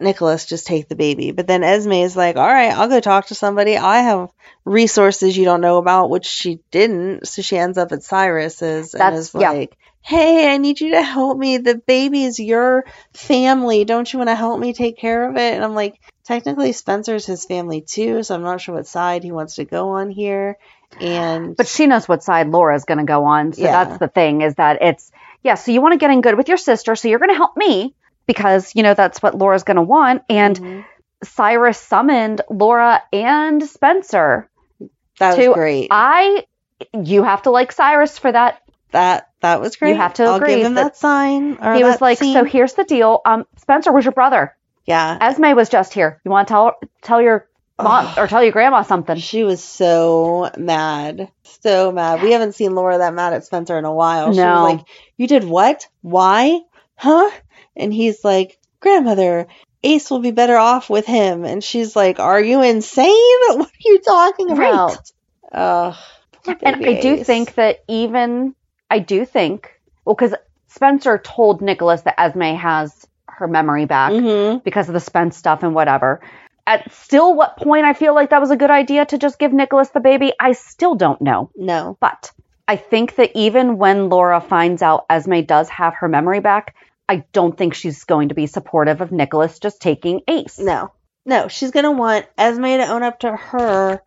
S6: Nicholas just take the baby. But then Esme is like, "All right, I'll go talk to somebody. I have resources you don't know about," which she didn't. So she ends up at Cyrus's and
S8: That's-
S6: is
S8: yeah.
S6: like, "Hey, I need you to help me. The baby is your family. Don't you want to help me take care of it?" And I'm like, "Technically, Spencer's his family too, so I'm not sure what side he wants to go on here." And
S8: But she knows what side Laura's going to go on. So
S6: Yeah.
S8: that's the thing is that it's, yeah, so you want to get in good with your sister. So you're going to help me because, you know, that's what Laura's going to want. And
S6: Mhm.
S8: Cyrus summoned Laura and Spencer
S6: that was
S8: to-
S6: great.
S8: I, you have to like Cyrus for that.
S6: that that was great.
S8: have to
S6: I'll
S8: agree
S6: give him
S8: that-
S6: that sign. Or
S8: he was
S6: Oh, that
S8: like,
S6: scene.
S8: so here's the deal. Um, Spencer was your brother.
S6: yeah,
S8: Esme was just here. You want to tell, tell your mom or tell your grandma something.
S6: she was so mad, so mad. We haven't seen Laura that mad at Spencer in a while. She
S8: No.
S6: was like, "You did what? Why? Huh?" And he's like, "Grandmother." Ace will be better off with him, and she's like, "Are you insane? What are you talking
S8: Right.
S6: about?" Ugh. poor
S8: And I
S6: baby
S8: do
S6: Ace.
S8: think that even I do think well because Spencer told Nicholas that Esme has her memory back
S6: Mhm.
S8: because of the Spence stuff and whatever. At still what point I feel like that was a good idea to just give Nicholas the baby, I still don't know.
S6: No,
S8: But I think that even when Laura finds out Esme does have her memory back, I don't think she's going to be supportive of Nicholas just taking Ace.
S6: No, no, she's gonna want Esme to own up to her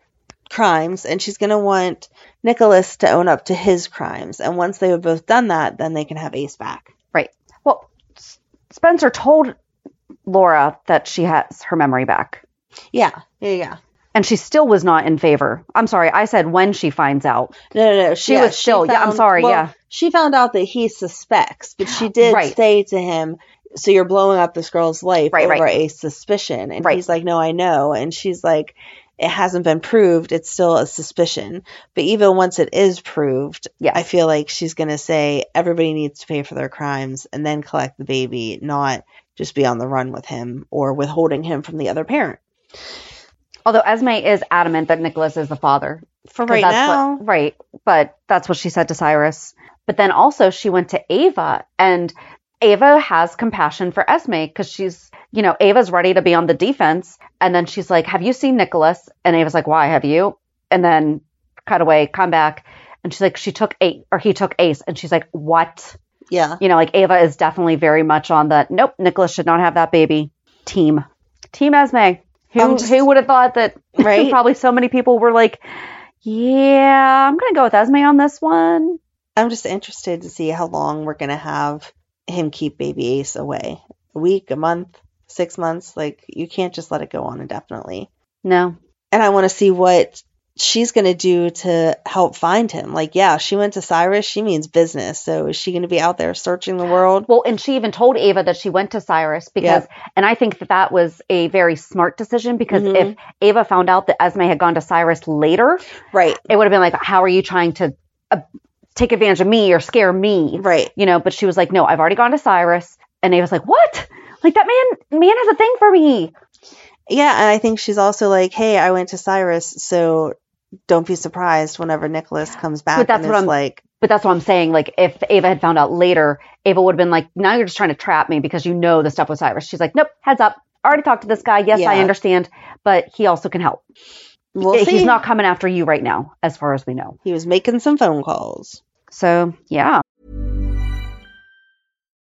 S6: crimes, and she's gonna want Nicholas to own up to his crimes. And once they have both done that, then they can have Ace back.
S8: Right. Well, S- Spencer told Laura that she has her memory back.
S6: Yeah, yeah, yeah.
S8: And she still was not in favor. I'm sorry, I said when she finds out.
S6: No, no, no. She
S8: was still- yeah, I'm sorry, yeah.
S6: She found out that he suspects, but she did
S8: Right.
S6: say to him, "So you're blowing up this girl's life
S8: Right,
S6: over
S8: right.
S6: a suspicion," and
S8: Right.
S6: he's like, "No, I know," and she's like. It hasn't been proved. It's still a suspicion. But even once it is proved,
S8: Yes.
S6: I feel like she's going to say everybody needs to pay for their crimes and then collect the baby, not just be on the run with him or withholding him from the other parent.
S8: Although Esme is adamant that Nicholas is the father.
S6: For
S8: 'Cause
S6: right
S8: that's
S6: now,
S8: What, right. But that's what she said to Cyrus. But then also she went to Ava and Ava has compassion for Esme because she's, you know, Ava's ready to be on the defense. And then she's like, Have you seen Nicholas? And Ava's like, Why have you? And then cut away, come back. And she's like, She took eight or he took ace. And she's like, What?
S6: yeah.
S8: You know, like Ava is definitely very much on the nope, Nicholas should not have that baby. Team. Team Esme. Who
S6: I'm just-
S8: who would have thought that
S6: Right?
S8: probably so many people were like, yeah, I'm going to go with Esme on this one.
S6: I'm just interested to see how long we're gonna have him keep baby Ace away. A week, a month, six months. Like you can't just let it go on indefinitely.
S8: No.
S6: And I want to see what she's gonna do to help find him. Like, yeah, she went to Cyrus. She means business. So is she gonna be out there searching the world?
S8: Well, and she even told Ava that she went to Cyrus because, and I think that that was a very smart decision because
S6: Mm-hmm.
S8: if Ava found out that Esme had gone to Cyrus later,
S6: Right.
S8: it would have been like, how are you trying to uh, take advantage of me or scare me?
S6: Right.
S8: You know, but she was like, no, I've already gone to Cyrus. And Ava's like, what? Like that man, man has a thing for me.
S6: Yeah, and I think she's also like, hey, I went to Cyrus, so don't be surprised whenever Nicholas comes back.
S8: that's
S6: and
S8: what
S6: is
S8: I'm-
S6: like.
S8: But that's what I'm saying. Like, if Ava had found out later, Ava would have been like, now you're just trying to trap me because you know the stuff with Cyrus. She's like, nope, heads up. I already talked to this guy. Yes, I
S6: Yeah.
S8: understand, but he also can help.
S6: We'll
S8: He's
S6: see.
S8: not coming after you right now, as far as we know.
S6: He was making some phone calls.
S8: So, yeah.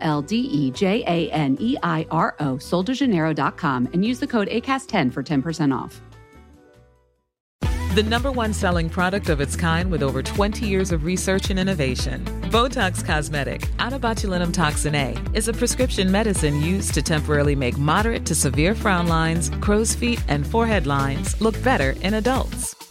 S1: L D E J A N E I R O, soldejaneiro.com, and use the code ACAST10 for 10% off.
S4: The number one selling product of its kind with over 20 years of research and innovation. Botox Cosmetic, out of botulinum toxin A, is a prescription medicine used to temporarily make moderate to severe frown lines, crow's feet, and forehead lines look better in adults.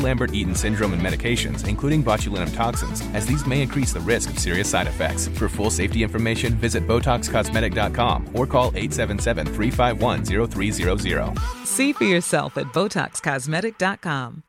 S5: Lambert-Eaton syndrome and medications including botulinum toxins, as these may increase the risk of serious side effects. For full safety information, visit BotoxCosmetic.com or call 877-351-0300.
S4: See for yourself at BotoxCosmetic.com.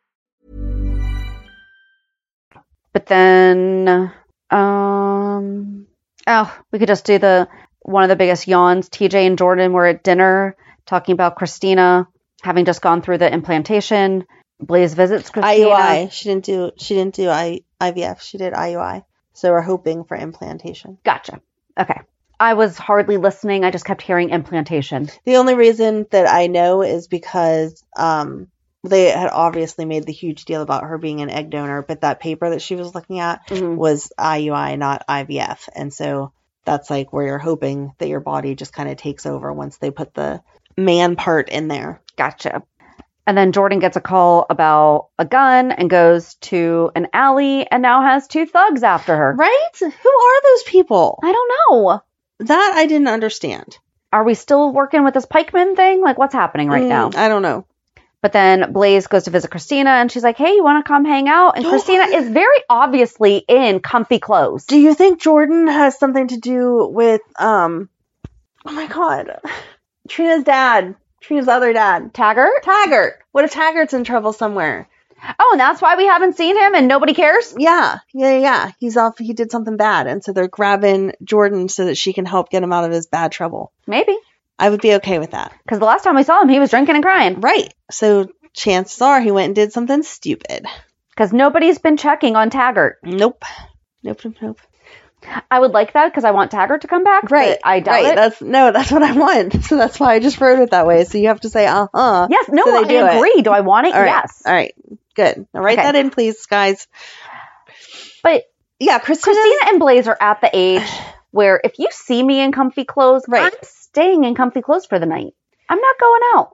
S8: But then, um, oh, we could just do the one of the biggest yawns. TJ and Jordan were at dinner talking about Christina having just gone through the implantation. Blaze visits Christina.
S6: IUI. She didn't do she didn't do I, IVF. She did IUI. So we're hoping for implantation.
S8: Gotcha. Okay. I was hardly listening. I just kept hearing implantation.
S6: The only reason that I know is because um they had obviously made the huge deal about her being an egg donor, but that paper that she was looking at
S8: Mm-hmm.
S6: was IUI, not IVF. And so that's like where you're hoping that your body just kind of takes over once they put the man part in there.
S8: Gotcha. And then Jordan gets a call about a gun and goes to an alley and now has two thugs after her.
S6: Right? Who are those people?
S8: I don't know.
S6: That I didn't understand.
S8: Are we still working with this pikeman thing? Like, what's happening right
S6: Mm,
S8: now?
S6: I don't know.
S8: But then Blaze goes to visit Christina and she's like, hey, you want to come hang out? And Christina is very obviously in comfy clothes.
S6: Do you think Jordan has something to do with um oh my god. Trina's dad. Trina's other dad.
S8: Taggart?
S6: Taggart. What if Taggart's in trouble somewhere?
S8: Oh, and that's why we haven't seen him and nobody cares?
S6: Yeah, yeah, yeah. He's off. He did something bad, and so they're grabbing Jordan so that she can help get him out of his bad trouble.
S8: Maybe.
S6: I would be okay with that.
S8: Because the last time we saw him, he was drinking and crying.
S6: Right. So chances are he went and did something stupid.
S8: Because nobody's been checking on Taggart.
S6: Nope. Nope. Nope. Nope.
S8: I would like that because I want Taggart to come back. but
S6: Right.
S8: I doubt
S6: right.
S8: it.
S6: That's no. That's what I want. So that's why I just wrote it that way. So you have to say uh huh.
S8: yes. No,
S6: So
S8: I
S6: they do it.
S8: agree. Do I want it?
S6: All right.
S8: Yes.
S6: All right. Good. Now write
S8: Okay.
S6: that in, please, guys.
S8: But
S6: Yeah, Christina.
S8: Christina and Blaze are at the age where if you see me in comfy clothes,
S6: Right.
S8: I'm staying in comfy clothes for the night. I'm not going out.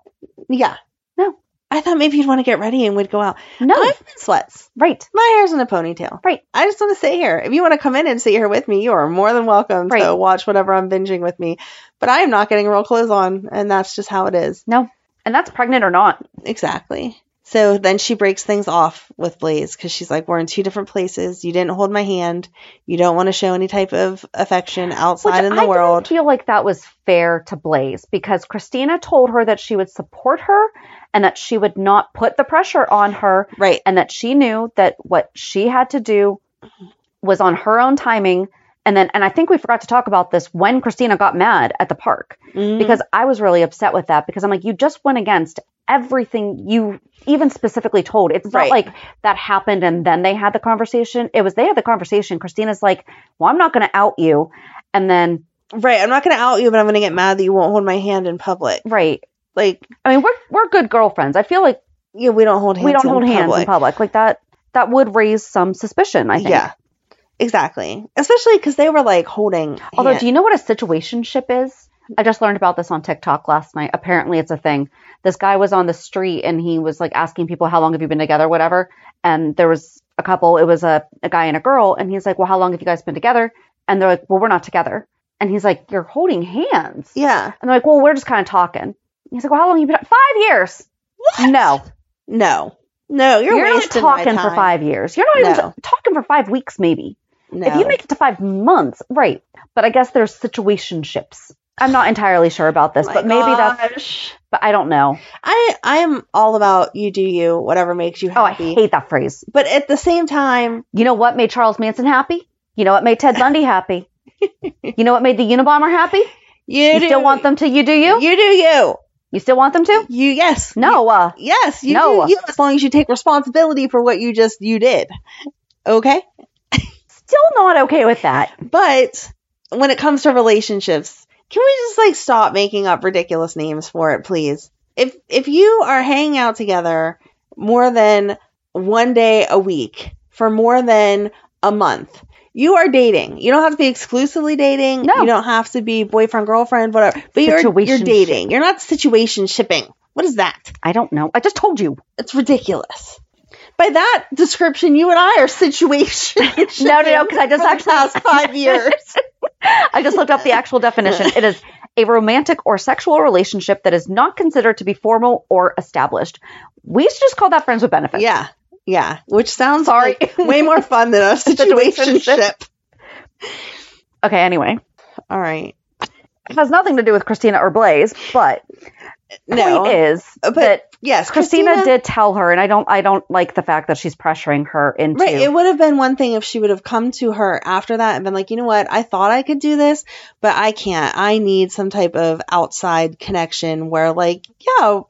S6: Yeah.
S8: No.
S6: I thought maybe you'd want to get ready and would go out.
S8: No.
S6: I've been in sweats.
S8: Right.
S6: My hair's in a ponytail.
S8: Right.
S6: I just want to sit here. If you want to come in and sit here with me, you are more than welcome
S8: Right.
S6: to watch whatever I'm binging with me. But I am not getting real clothes on, and that's just how it is.
S8: No. And that's pregnant or not.
S6: Exactly. So then she breaks things off with Blaze because she's like, "We're in two different places. You didn't hold my hand. You don't want to show any type of affection
S8: Which
S6: outside in the
S8: I
S6: world."
S8: didn't feel like that was fair to Blaze because Christina told her that she would support her and that she would not put the pressure on her
S6: right.
S8: and that she knew that what she had to do was on her own timing and then and I think we forgot to talk about this when Christina got mad at the park
S6: Mhm.
S8: because I was really upset with that because I'm like you just went against everything you even specifically told it's
S6: Right.
S8: not like that happened and then they had the conversation it was they had the conversation Christina's like well I'm not going to out you and then
S6: right. I'm not going to out you, but I'm going to get mad that you won't hold my hand in public.
S8: right
S6: Like,
S8: I mean we're we're good girlfriends I feel like
S6: yeah, we don't hold hands.
S8: we don't
S6: in
S8: hold hands in
S6: public.
S8: public like that that would raise some suspicion I think
S6: Yeah, exactly. Especially because they were like holding.
S8: Although,
S6: hand-
S8: do you know what a situationship is? I just learned about this on TikTok last night. Apparently, it's a thing. This guy was on the street and he was like asking people, "How long have you been together?" Whatever. And there was a couple. It was a, a guy and a girl, and he's like, "Well, how long have you guys been together?" And they're like, "Well, we're not together." And he's like, "You're holding hands."
S6: yeah.
S8: And they're like, "Well, we're just kind of talking." And he's like, "Well, how long have you been?" Five years.
S6: What?
S8: No,
S6: No. No. You're,
S8: you're, not
S6: wasting my
S8: talking for
S6: time.
S8: five years. You're not even
S6: No.
S8: talking for five weeks, maybe.
S6: No. Oh
S8: If you make it to five months, right. But I guess there's situationships. I'm not entirely sure about this,
S6: Oh my
S8: but maybe that's
S6: gosh.
S8: but I don't know.
S6: I I am all about you do you, whatever makes you
S8: Oh, I
S6: happy.
S8: hate that phrase.
S6: but at the same time,
S8: You know what made Charles Manson happy? You know what made Ted Bundy happy? you know what made the Unabomber happy?
S6: you,
S8: You
S6: do,
S8: still want them to you do you?
S6: You do you.
S8: You still want them to?
S6: You yes.
S8: No, uh
S6: You- yes. You
S8: No.
S6: do you as long as you take responsibility for what you just you did. Okay.
S8: still not okay with that.
S6: But when it comes to relationships, can we just like stop making up ridiculous names for it, please? If if you are hanging out together more than one day a week for more than a month, you are dating. You don't have to be exclusively dating.
S8: No.
S6: You don't have to be boyfriend, girlfriend, whatever. But you're you're
S8: Situationship.
S6: dating. You're not situation shipping. What is that?
S8: I don't know. I just told you.
S6: It's ridiculous. By that description, you and I are situation.
S8: No, no, no, 'cause I just actually-
S6: past five years.
S8: I just looked up the actual definition. It is a romantic or sexual relationship that is not considered to be formal or established. We should just call that friends with benefits.
S6: Yeah. Yeah. Which sounds
S8: Sorry.
S6: like way more fun than a situationship.
S8: Okay, anyway.
S6: All right.
S8: It has nothing to do with Christina or Blaze, but
S6: No. Uh,
S8: point is
S6: but
S8: that
S6: yes,
S8: Christina, did tell her, and I don't I don't like the fact that she's pressuring her into
S6: Right. It would have been one thing if she would have come to her after that and been like, you know what? I thought I could do this, but I can't. I need some type of outside connection where, like, yeah,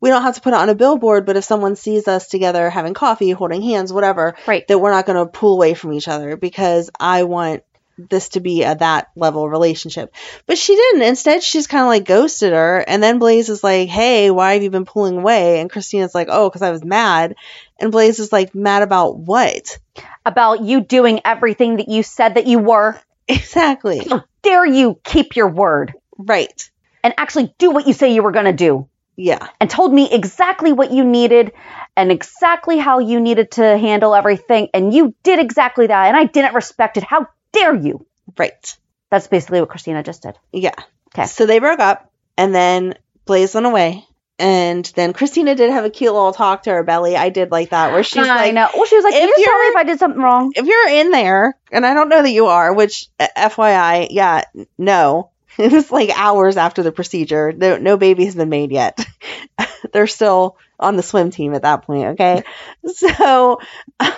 S6: we don't have to put it on a billboard, but if someone sees us together having coffee, holding hands, whatever,
S8: Right.
S6: that we're not going to pull away from each other because I want this to be a that level relationship. But she didn't. Instead, she's kind of like ghosted her. And then Blaze is like, hey, why have you been pulling away? And Christina's like, oh, because I was mad. And Blaze is like, mad about what?
S8: about you doing everything that you said that you were.
S6: Exactly.
S8: How dare you keep your word
S6: right.
S8: and actually do what you say you were gonna do.
S6: Yeah.
S8: And told me exactly what you needed and exactly how you needed to handle everything, and you did exactly that, and I didn't respect it. How dare you?
S6: Right.
S8: That's basically what Christina just did.
S6: Yeah.
S8: Okay.
S6: So they broke up, and then Blaze went away. And then Christina did have a cute little talk to her belly. I did like that, where she's
S8: I
S6: like,
S8: know. Well, she was like,
S6: if
S8: "Can you just tell me
S6: you're-
S8: if I did something wrong?"
S6: if you're in there, and I don't know that you are, which uh, FYI, yeah, n- no, It was like hours after the procedure. No, no baby has been made yet. They're still on the swim team at that point. Okay, so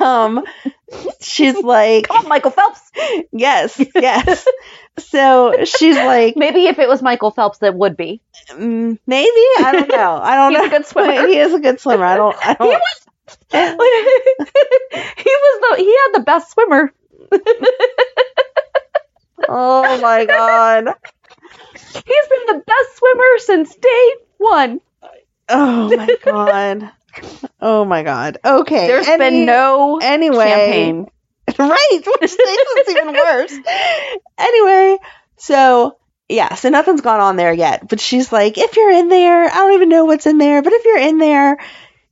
S6: um, she's like,
S8: Come on, Oh, Michael Phelps.
S6: yes, yes. So she's like,
S8: Maybe if it was Michael Phelps, that would be.
S6: mm, maybe I don't know. I don't
S8: He's
S6: know.
S8: a good swimmer.
S6: He is a good swimmer. I don't. I don't.
S8: he was the he had the best swimmer.
S6: Oh my god.
S8: He's been the best swimmer since day one.
S6: Oh my god. Oh my god. Okay.
S8: There's
S6: any-
S8: been no
S6: anyway.
S8: champagne.
S6: right, which makes this even worse. Anyway, so yeah, so nothing's gone on there yet. But she's like, if you're in there, I don't even know what's in there, but if you're in there,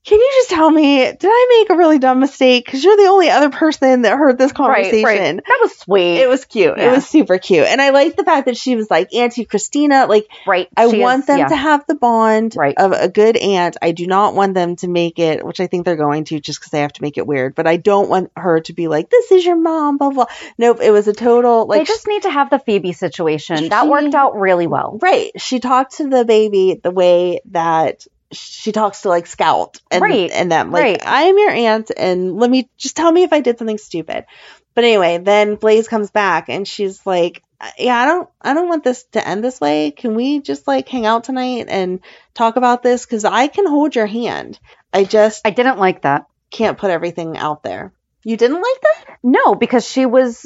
S6: can you just tell me, did I make a really dumb mistake? Because you're the only other person that heard this conversation.
S8: That was sweet.
S6: It was cute. It
S8: Yeah.
S6: was super cute. And I liked the fact that she was like, Auntie Christina, like,
S8: right.
S6: I
S8: She is-
S6: want them
S8: yeah.
S6: to have the bond
S8: Right.
S6: of a good aunt. I do not want them to make it, which I think they're going to just because they have to make it weird, but I don't want her to be like, this is your mom, blah, blah. Nope. It was a total, like,
S8: they just need to have the Phoebe situation. That
S6: She-
S8: worked out really well.
S6: right. She talked to the baby the way that she talks to like Scout and,
S8: Right,
S6: and them. Like,
S8: right.
S6: I am your aunt and let me just tell me if I did something stupid. But anyway, then Blaze comes back and she's like, yeah, I don't, I don't want this to end this way. Can we just like hang out tonight and talk about this? Cause I can hold your hand. I just
S8: I didn't like that.
S6: can't put everything out there. You didn't like that?
S8: No, because she was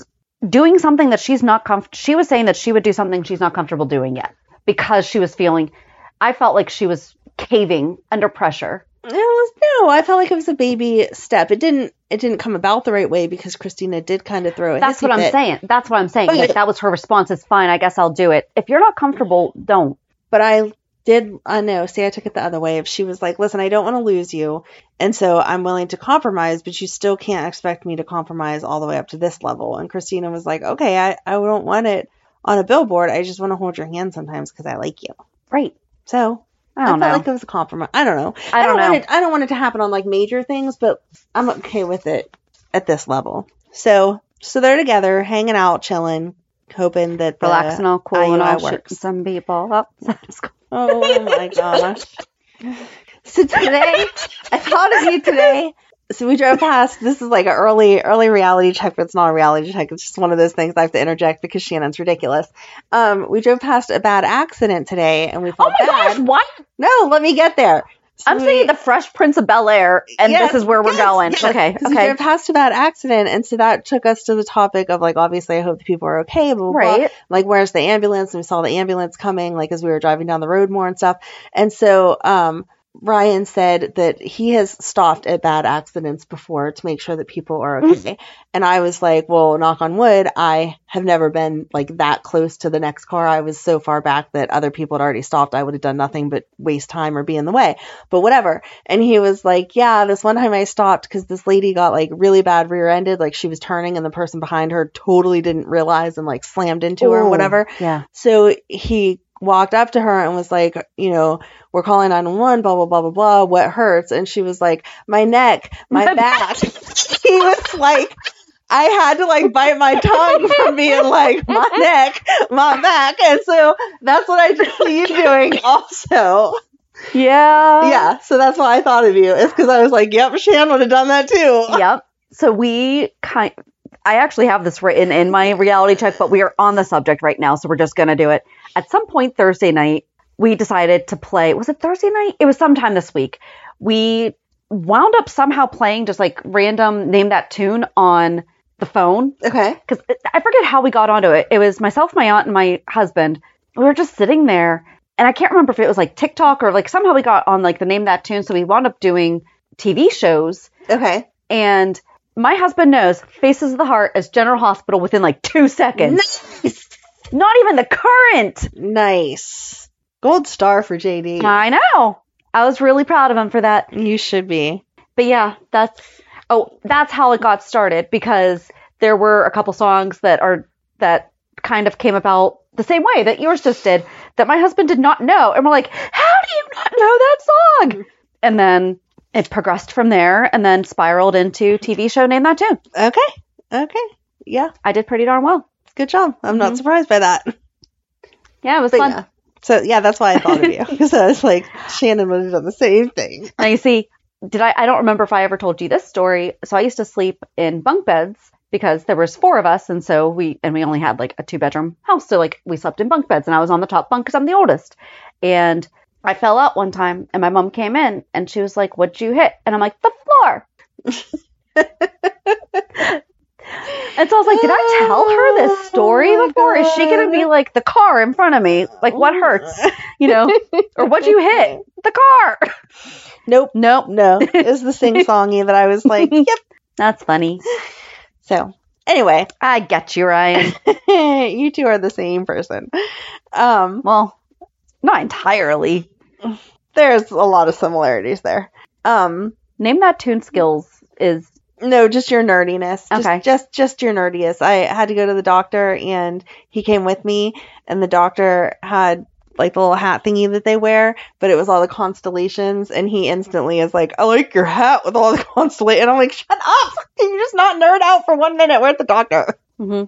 S8: doing something that she's not comfortable. She was saying that she would do something she's not comfortable doing yet because she was feeling. I felt like she was caving under pressure.
S6: It was, no, I felt like it was a baby step. It didn't, it didn't come about the right way because Christina did kind of throw it.
S8: That's what I'm saying. That's what I'm saying.
S6: Oh, yeah.
S8: Like, that was her response. It's fine. I guess I'll do it. If you're not comfortable, don't.
S6: but I did I know, see I took it the other way. If she was like, Listen, I don't want to lose you and so I'm willing to compromise, but you still can't expect me to compromise all the way up to this level. And Christina was like, Okay, I, I don't want it on a billboard. I just want to hold your hand sometimes because I like you.
S8: Right.
S6: So
S8: I don't
S6: felt
S8: know.
S6: like it was a compromise. I don't know.
S8: I don't know.
S6: want it I don't want it to happen on like major things, but I'm okay with it at this level. So so they're together, hanging out, chilling, hoping that the
S8: Relaxing all cool and
S6: IUI
S8: all shooting
S6: works.
S8: some people up.
S6: Oh my gosh. So today, I thought of you today. So we drove past. This is like an early, early reality check, but it's not a reality check. It's just one of those things I have to interject because Shannon's ridiculous. Um, we drove past a bad accident today, and we
S8: oh
S6: felt
S8: my
S6: bad.
S8: gosh, what?
S6: No, let me get there. So
S8: I'm
S6: we-
S8: saying the Fresh Prince of Bel Air, and
S6: Yes,
S8: this is where we're
S6: yes,
S8: going.
S6: yes,
S8: Okay,
S6: 'cause We
S8: okay.
S6: drove past a bad accident, and so that took us to the topic of like, obviously, I hope the people are okay. Blah, blah, blah
S8: Right.
S6: like where's the ambulance and we saw the ambulance coming like as we were driving down the road more and stuff and so um Ryan said that he has stopped at bad accidents before to make sure that people are okay. and I was like, well, knock on wood, I have never been like that close to the next car. I was so far back that other people had already stopped. I would have done nothing but waste time or be in the way, but whatever. And he was like, yeah, this one time I stopped because this lady got like really bad rear ended. Like she was turning and the person behind her totally didn't realize and like slammed into her or
S8: Ooh,
S6: whatever.
S8: Yeah.
S6: So he walked up to her and was like, you know, we're calling 911, blah, blah, blah, blah, blah. What hurts? And she was like, my neck, my,
S8: My
S6: back. he was like, I had to like bite my tongue from being like, my neck, my back. And so that's what I just see you doing also.
S8: Yeah.
S6: Yeah. So that's why I thought of you. It's because I was like, yep, Shan would have done that too.
S8: yep. So we kind I actually have this written in my reality check, but we are on the subject right now, so we're just going to do it. At some point Thursday night, we decided to play. Was it Thursday night? It was sometime this week. We wound up somehow playing just like random name that tune on the phone
S6: Okay.
S8: because I forget how we got onto it. It was myself, my aunt, and my husband. We were just sitting there, and I can't remember if it was like TikTok or like somehow we got on like the name that tune. So we wound up doing TV shows,
S6: Okay.
S8: and my husband knows Faces of the Heart as General Hospital within like two seconds.
S6: Nice.
S8: Not even the current.
S6: Nice. Gold star for JD.
S8: I know. I was really proud of him for that.
S6: you should be.
S8: But yeah, that's oh, that's how it got started because there were a couple songs that are that kind of came about the same way that yours just did that my husband did not know, and we're like, how do you not know that song? And then it progressed from there, and then spiraled into TV show name that tune.
S6: Okay. Okay. Yeah.
S8: I did pretty darn well.
S6: Good job. I'm not surprised by that.
S8: Yeah, it was
S6: But
S8: Mm-hmm. fun.
S6: yeah. So yeah, that's why I thought of you because I was like, Shannon would have done the same thing.
S8: Now you see, did I? I don't remember if I ever told you this story. So I used to sleep in bunk beds because there was four of us, and so we and we only had like a two bedroom house, so like we slept in bunk beds, and I was on the top bunk because I'm the oldest. And I fell out one time, and my mom came in, and she was like, "What'd you hit?" And I'm like, "The floor." and so I was like, "Did I tell her this story
S6: Oh my
S8: before? Is she gonna be like the car in front of me? Like what hurts, you know? or what'd you hit? The car."
S6: Nope.
S8: Nope.
S6: No, it was the sing songy that I was like, yep.
S8: That's funny.
S6: So anyway,
S8: I get you, Ryan.
S6: you two are the same person. Um,
S8: well, not entirely.
S6: there's a lot of similarities there. Um,
S8: Name that tune skills is
S6: no, just your nerdiness. Just,
S8: Okay.
S6: Just just your nerdiness. I had to go to the doctor and he came with me and the doctor had like the little hat thingy that they wear, but it was all the constellations and he instantly is like, I like your hat with all the constellations and I'm like, Shut up! Can you just not nerd out for one minute? We're at the doctor.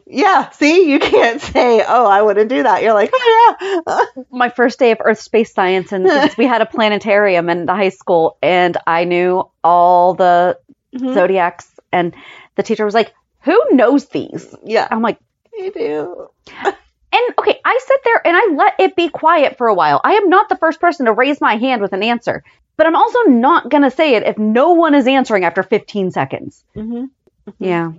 S6: Yeah, see, you can't say, "Oh, I wouldn't do that." You're like, "Oh yeah,
S8: my first day of Earth space science, and since we had a planetarium in high school, and I knew all the zodiacs, and the teacher was like, "Who knows these?"
S6: yeah,
S8: I'm like,
S6: you do."
S8: and okay, I sit there and I let it be quiet for a while. I am not the first person to raise my hand with an answer, but I'm also not gonna say it if no one is answering after 15 seconds.
S6: Mhm.
S8: Yeah.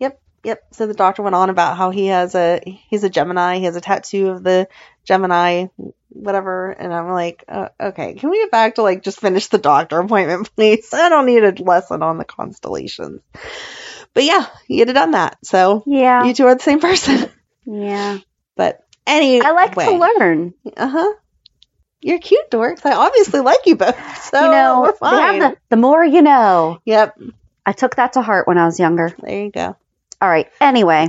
S6: Yep, yep. So the doctor went on about how he has a he's a Gemini. He has a tattoo of the Gemini, whatever. And I'm like, uh, okay, can we get back to like just finish the doctor appointment, please? I don't need a lesson on the constellations. But yeah, you'd have done that. So
S8: Yeah.
S6: you two are the same person.
S8: Yeah.
S6: But anyway,
S8: I like to learn.
S6: Uh huh. You're cute, dorks. I obviously like you both. So
S8: you
S6: we're
S8: know, they
S6: fine.
S8: have the, the more you know.
S6: Yep.
S8: I took that to heart when I was younger.
S6: There you go.
S8: All right. Anyway,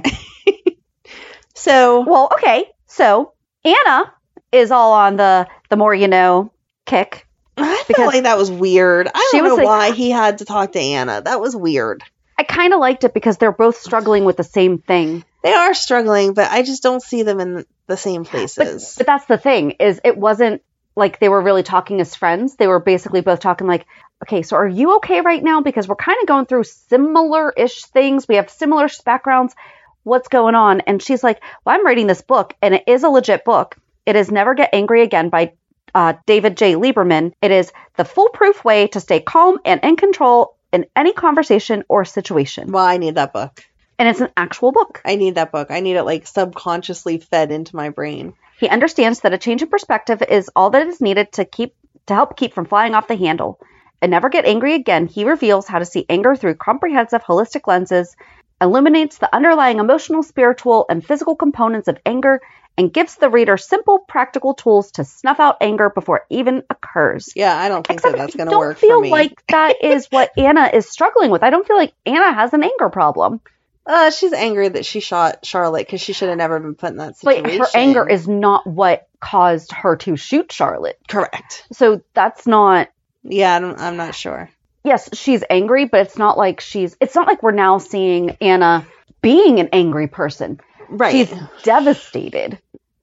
S6: So
S8: well, okay. So Anna is all on the the more you know kick.
S6: I feel
S8: because-
S6: like that was weird. I
S8: She
S6: don't
S8: was
S6: know
S8: like-
S6: why he had to talk to Anna. That was weird.
S8: I kind of liked it because they're both struggling with the same thing.
S6: They are struggling, but I just don't see them in the same
S8: But,
S6: places.
S8: but that's the thing is it wasn't like they were really talking as friends. They were basically both talking like, okay, so are you okay right now? Because we're kind of going through similar-ish things. We have similar backgrounds. What's going on? And she's like, well, I'm reading this book, and it is a legit book. It is Never Get Angry Again by uh, David J. Lieberman. It is the foolproof way to stay calm and in control in any conversation or situation.
S6: well, I need that book.
S8: And it's an actual book.
S6: I need that book. I need it like subconsciously fed into my brain.
S8: He understands that a change in perspective is all that is needed to keep to help keep from flying off the handle. And never get angry again, he reveals how to see anger through comprehensive holistic lenses, illuminates the underlying emotional, spiritual, and physical components of anger, and gives the reader simple, practical tools to snuff out anger before it even occurs.
S6: Yeah, I don't think
S8: Except
S6: that that's
S8: I
S6: going to
S8: don't
S6: work
S8: feel
S6: for me.
S8: like that is what Anna is struggling with. I don't feel like Anna has an anger problem.
S6: uh, she's angry that she shot Charlotte because she should have never been put in that situation.
S8: But her anger is not what caused her to shoot Charlotte.
S6: correct.
S8: So that's not
S6: Yeah, I don't, I'm not sure.
S8: yes, she's angry, but it's not like she's it's not like we're now seeing Anna being an angry person.
S6: Right,
S8: She's devastated,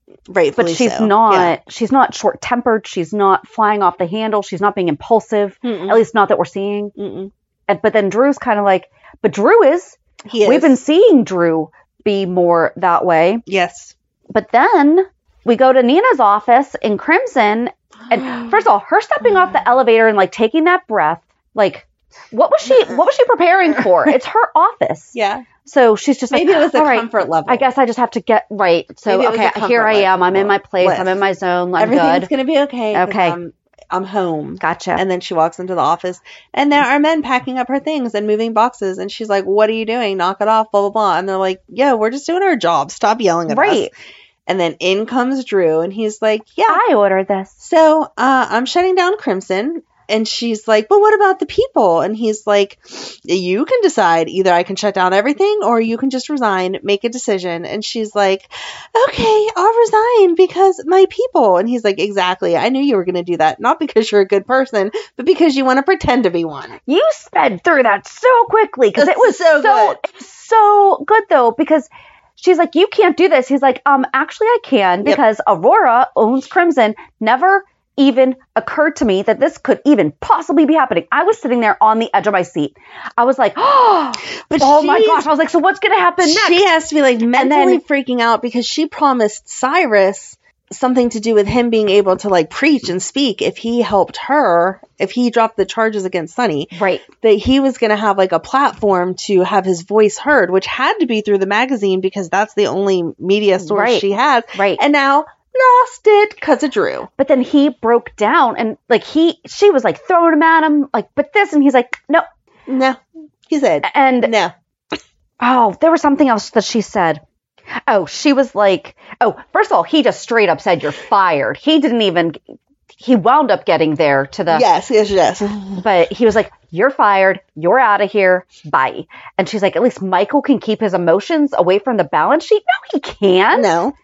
S8: but
S6: rightfully
S8: she's
S6: so.
S8: not
S6: Yeah.
S8: she's not short-tempered, she's not flying off the handle, she's not being impulsive,
S6: Mm-mm.
S8: at least not that we're seeing.
S6: Mm-mm.
S8: And, but then Drew's kind of like, but Drew is
S6: He is.
S8: we've been seeing Drew be more that way.
S6: yes.
S8: But then we go to Nina's office in Crimson and first of all, her stepping off the elevator and like taking that breath, like what was she what was she preparing for? It's her office.
S6: Yeah.
S8: So she's just
S6: Maybe
S8: like,
S6: it was the
S8: "All right,
S6: comfort level.
S8: I guess I just have to get right. So
S6: Maybe it was the
S8: okay,
S6: comfort
S8: here I
S6: level.
S8: am. I'm in my place. I'm
S6: List.
S8: in my zone. I'm
S6: everything's
S8: good.
S6: gonna be okay. 'cause
S8: Okay.
S6: I'm, I'm home.
S8: Gotcha.
S6: And then she walks into the office, and there are men packing up her things and moving boxes. And she's like, "What are you doing? Knock it off!" Blah blah blah. And they're like, "Yeah, we're just doing our job. Stop yelling at us."
S8: Right.
S6: And then in comes Drew, and he's like, "Yeah,
S8: I ordered this.
S6: so uh, I'm shutting down Crimson. And she's like, but what about the people? And he's like, you can decide. Either I can shut down everything or you can just resign, make a decision. And she's like, okay, I'll resign because my people. And he's like, exactly. I knew you were going to do that. Not because you're a good person, but because you want to pretend to be one.
S8: You sped through that so quickly because it
S6: It's
S8: was so
S6: so good.
S8: it was so good though because She's like, you can't do this. He's like, um, actually, I can because Aurora owns Crimson. Never even occurred to me that this could even possibly be happening. I was sitting there on the edge of my seat. I was like, oh,
S6: But
S8: oh my
S6: she's-
S8: gosh. I was like, so what's going to happen next?
S6: She has to be like mentally
S8: then-
S6: freaking out because she promised Cyrus something to do with him being able to like preach and speak if he helped her, if he dropped the charges against Sunny.
S8: right.
S6: That he was going to have like a platform to have his voice heard, which had to be through the magazine because that's the only media source
S8: Right.
S6: she had.
S8: Right.
S6: And now lost it because of Drew.
S8: But then he broke down and like he, she was like throwing him at him, like, but this. And he's like, no.
S6: No, he said
S8: And
S6: no.
S8: Oh, there was something else that she said. Oh, she was like, oh, first of all, he just straight up said, you're fired. He didn't even, he wound up getting there to the,
S6: Yes, yes, yes.
S8: but he was like, you're fired. You're out of here. Bye. And she's like, at least Michael can keep his emotions away from the balance sheet. No, he can.
S6: No,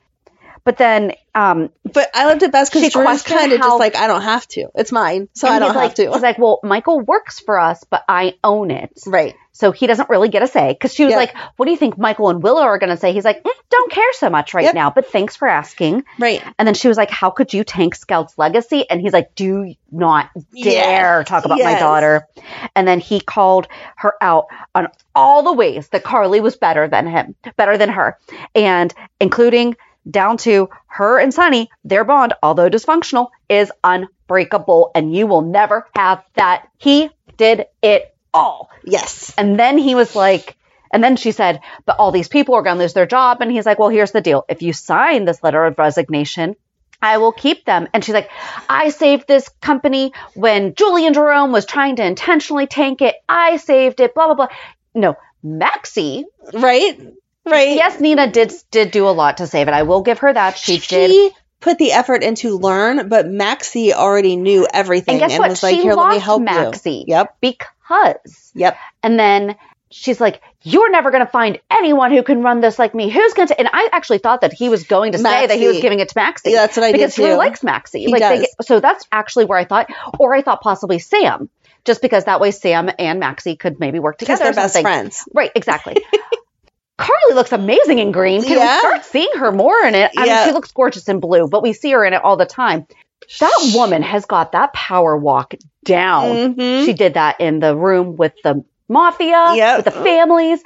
S8: But then, um,
S6: but I loved it best
S8: She
S6: because Drew's
S8: questioned
S6: kind of
S8: how-
S6: just like I don't have to. It's mine, so
S8: and
S6: I don't
S8: he's
S6: have
S8: like,
S6: to.
S8: he's like, well, Michael works for us, but I own it.
S6: right.
S8: So he doesn't really get a say because she was
S6: Yep.
S8: like, "What do you think Michael and Willow are going to say?" He's like, "Mm, "Don't care so much right
S6: Yep.
S8: now, but thanks for asking."
S6: Right.
S8: And then she was like, "How could you tank Scout's legacy?" And he's like, "Do not dare
S6: Yes,
S8: talk about my
S6: yes.
S8: daughter." And then he called her out on all the ways that Carly was better than him, better than her, and including down to her and Sunny, their bond, although dysfunctional, is unbreakable, and you will never have that. He did it all.
S6: Yes.
S8: And then he was like, and then she said, but all these people are going to lose their job. And he's like, well, here's the deal. If you sign this letter of resignation, I will keep them. And she's like, I saved this company when Julian Jerome was trying to intentionally tank it. I saved it, blah, blah, blah. No, Maxie.
S6: Right. Right.
S8: Yes, Nina did did do a lot to save it. I will give her that. She,
S6: She,
S8: did.
S6: put the effort into learn, but Maxie already knew everything
S8: And
S6: and,
S8: guess what?
S6: was like,
S8: she
S6: "Here,
S8: lost
S6: let me help
S8: Maxie.
S6: you." Yep.
S8: Because
S6: Yep.
S8: And then she's like, "You're never going to find anyone who can run this like me. Who's going to?" And I actually thought that he was going to say that he was
S6: Maxie.
S8: giving it to Maxie.
S6: Yeah, that's what I did
S8: because Drew
S6: too.
S8: likes Maxie.
S6: He
S8: like they
S6: does.
S8: get- so that's actually where I thought, or I thought possibly Sam, just because that way Sam and Maxie could maybe work
S6: Because
S8: together. or
S6: they're best
S8: something.
S6: friends.
S8: Right, exactly. Carly looks amazing in green. Can
S6: Yeah.
S8: we start seeing her more in it? I
S6: Yeah.
S8: mean, she looks gorgeous in blue, but we see her in it all the time. That woman has got that power walk down.
S6: Mhm.
S8: She did that in the room with the mafia,
S6: Yep.
S8: with the families,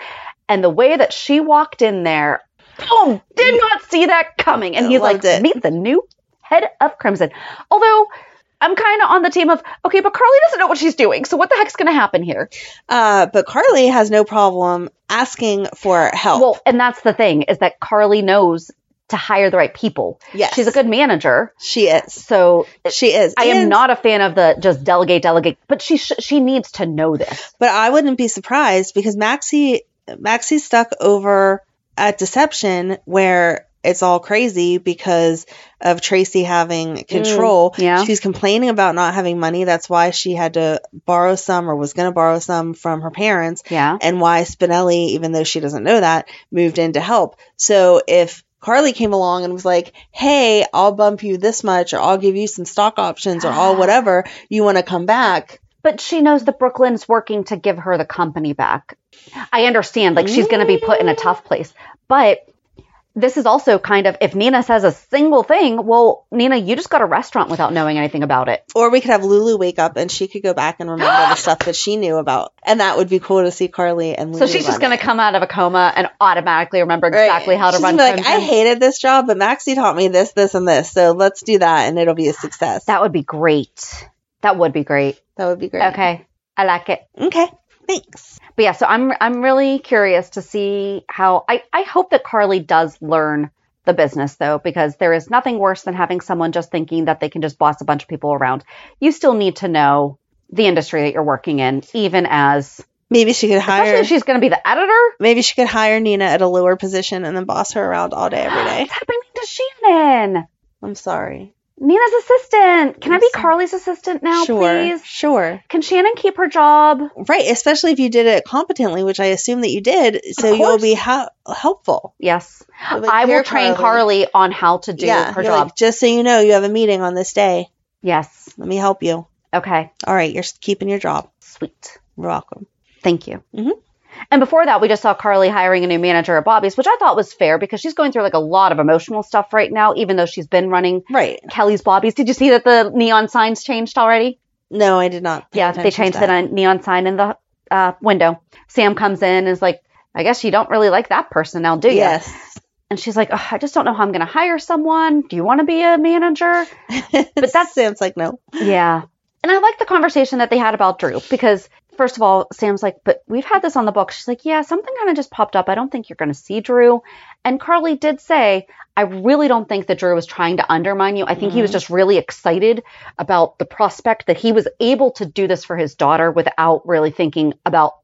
S8: and the way that she walked in there. Oh, did not see that coming. And he's
S6: Mm. Loved
S8: like,
S6: it.
S8: meet the new head of Crimson. Although I'm kind of on the team of okay, but Carly doesn't know what she's doing. So what the heck's going to happen here?
S6: Uh, but Carly has no problem asking for help.
S8: Well, and that's the thing is that Carly knows to hire the right people.
S6: Yes.
S8: she's a good manager.
S6: she is.
S8: So
S6: She is.
S8: I am
S6: And-
S8: not a fan of the just delegate, delegate, but she sh- she needs to know this.
S6: But I wouldn't be surprised because Maxie Maxie's stuck over at Deception where it's all crazy because of Tracy having control.
S8: Mm, yeah.
S6: She's complaining about not having money. That's why she had to borrow some or was going to borrow some from her parents
S8: Yeah.
S6: and why Spinelli, even though she doesn't know that, moved in to help. So if Carly came along and was like, "Hey, I'll bump you this much, or I'll give you some stock options, or I'll whatever you want to come back."
S8: But she knows that Brooklyn's working to give her the company back. I understand, like, she's going to be put in a tough place. But this is also kind of if Nina says a single thing, well, Nina, you just got a restaurant without knowing anything about it.
S6: Or we could have Lulu wake up and she could go back and remember the stuff that she knew about. And that would be cool to see Carly and
S8: So
S6: Lulu.
S8: she's just
S6: run
S8: going to
S6: it.
S8: come out of a coma and automatically remember exactly
S6: Right.
S8: how to
S6: she's
S8: run.
S6: gonna be like,
S8: Crimson.
S6: I hated this job, but Maxie taught me this, this, and this. So let's do that and it'll be a success. That,
S8: that would be great. That would be great.
S6: would be great.
S8: Okay, I like it.
S6: Okay. Thanks.
S8: But yeah, so I'm I'm really curious to see how I, I hope that Carly does learn the business though, because there is nothing worse than having someone just thinking that they can just boss a bunch of people around. You still need to know the industry that you're working in, even as
S6: Maybe she could
S8: especially
S6: hire
S8: if she's gonna be the editor.
S6: maybe she could hire Nina at a lower position and then boss her around all day every day.
S8: It's happening to Shannon.
S6: I'm sorry.
S8: Nina's assistant. Can I be Carly's assistant now,
S6: sure.
S8: please?
S6: Sure.
S8: Can Shannon keep her job?
S6: Right, especially if you did it competently, which I assume that you did, so you'll
S8: course.
S6: be ha- helpful.
S8: Yes.
S6: Like,
S8: I will
S6: here,
S8: train Carly
S6: Carly.
S8: on how to do
S6: yeah,
S8: her
S6: you're
S8: job.
S6: like, just so you know, you have a meeting on this day.
S8: yes.
S6: Let me help you.
S8: Okay.
S6: All right, you're s- keeping your job.
S8: Sweet.
S6: You're welcome.
S8: Thank you.
S6: Mhm.
S8: Mm-hmm. And before that, we just saw Carly hiring a new manager at Bobby's, which I thought was fair because she's going through like a lot of emotional stuff right now, even though she's been running
S6: Right.
S8: Kelly's Bobby's. Did you see that the neon signs changed already?
S6: No, I did not. pay
S8: Yeah, they
S6: attention to
S8: changed
S6: that.
S8: the ne- neon sign in the uh, window. Sam comes in and is like, I guess you don't really like that person now, do you?
S6: Yes.
S8: And she's like, "Ugh, I just don't know how I'm going to hire someone. Do you want to be a manager?
S6: but that Sam's like, no.
S8: Yeah. And I like the conversation that they had about Drew because, first of all, Sam's like, but we've had this on the book. She's like, yeah, something kind of just popped up. I don't think you're going to see Drew. And Carly did say, I really don't think that Drew was trying to undermine you. I think he was just really excited about the prospect that he was able to do this for his daughter without really thinking about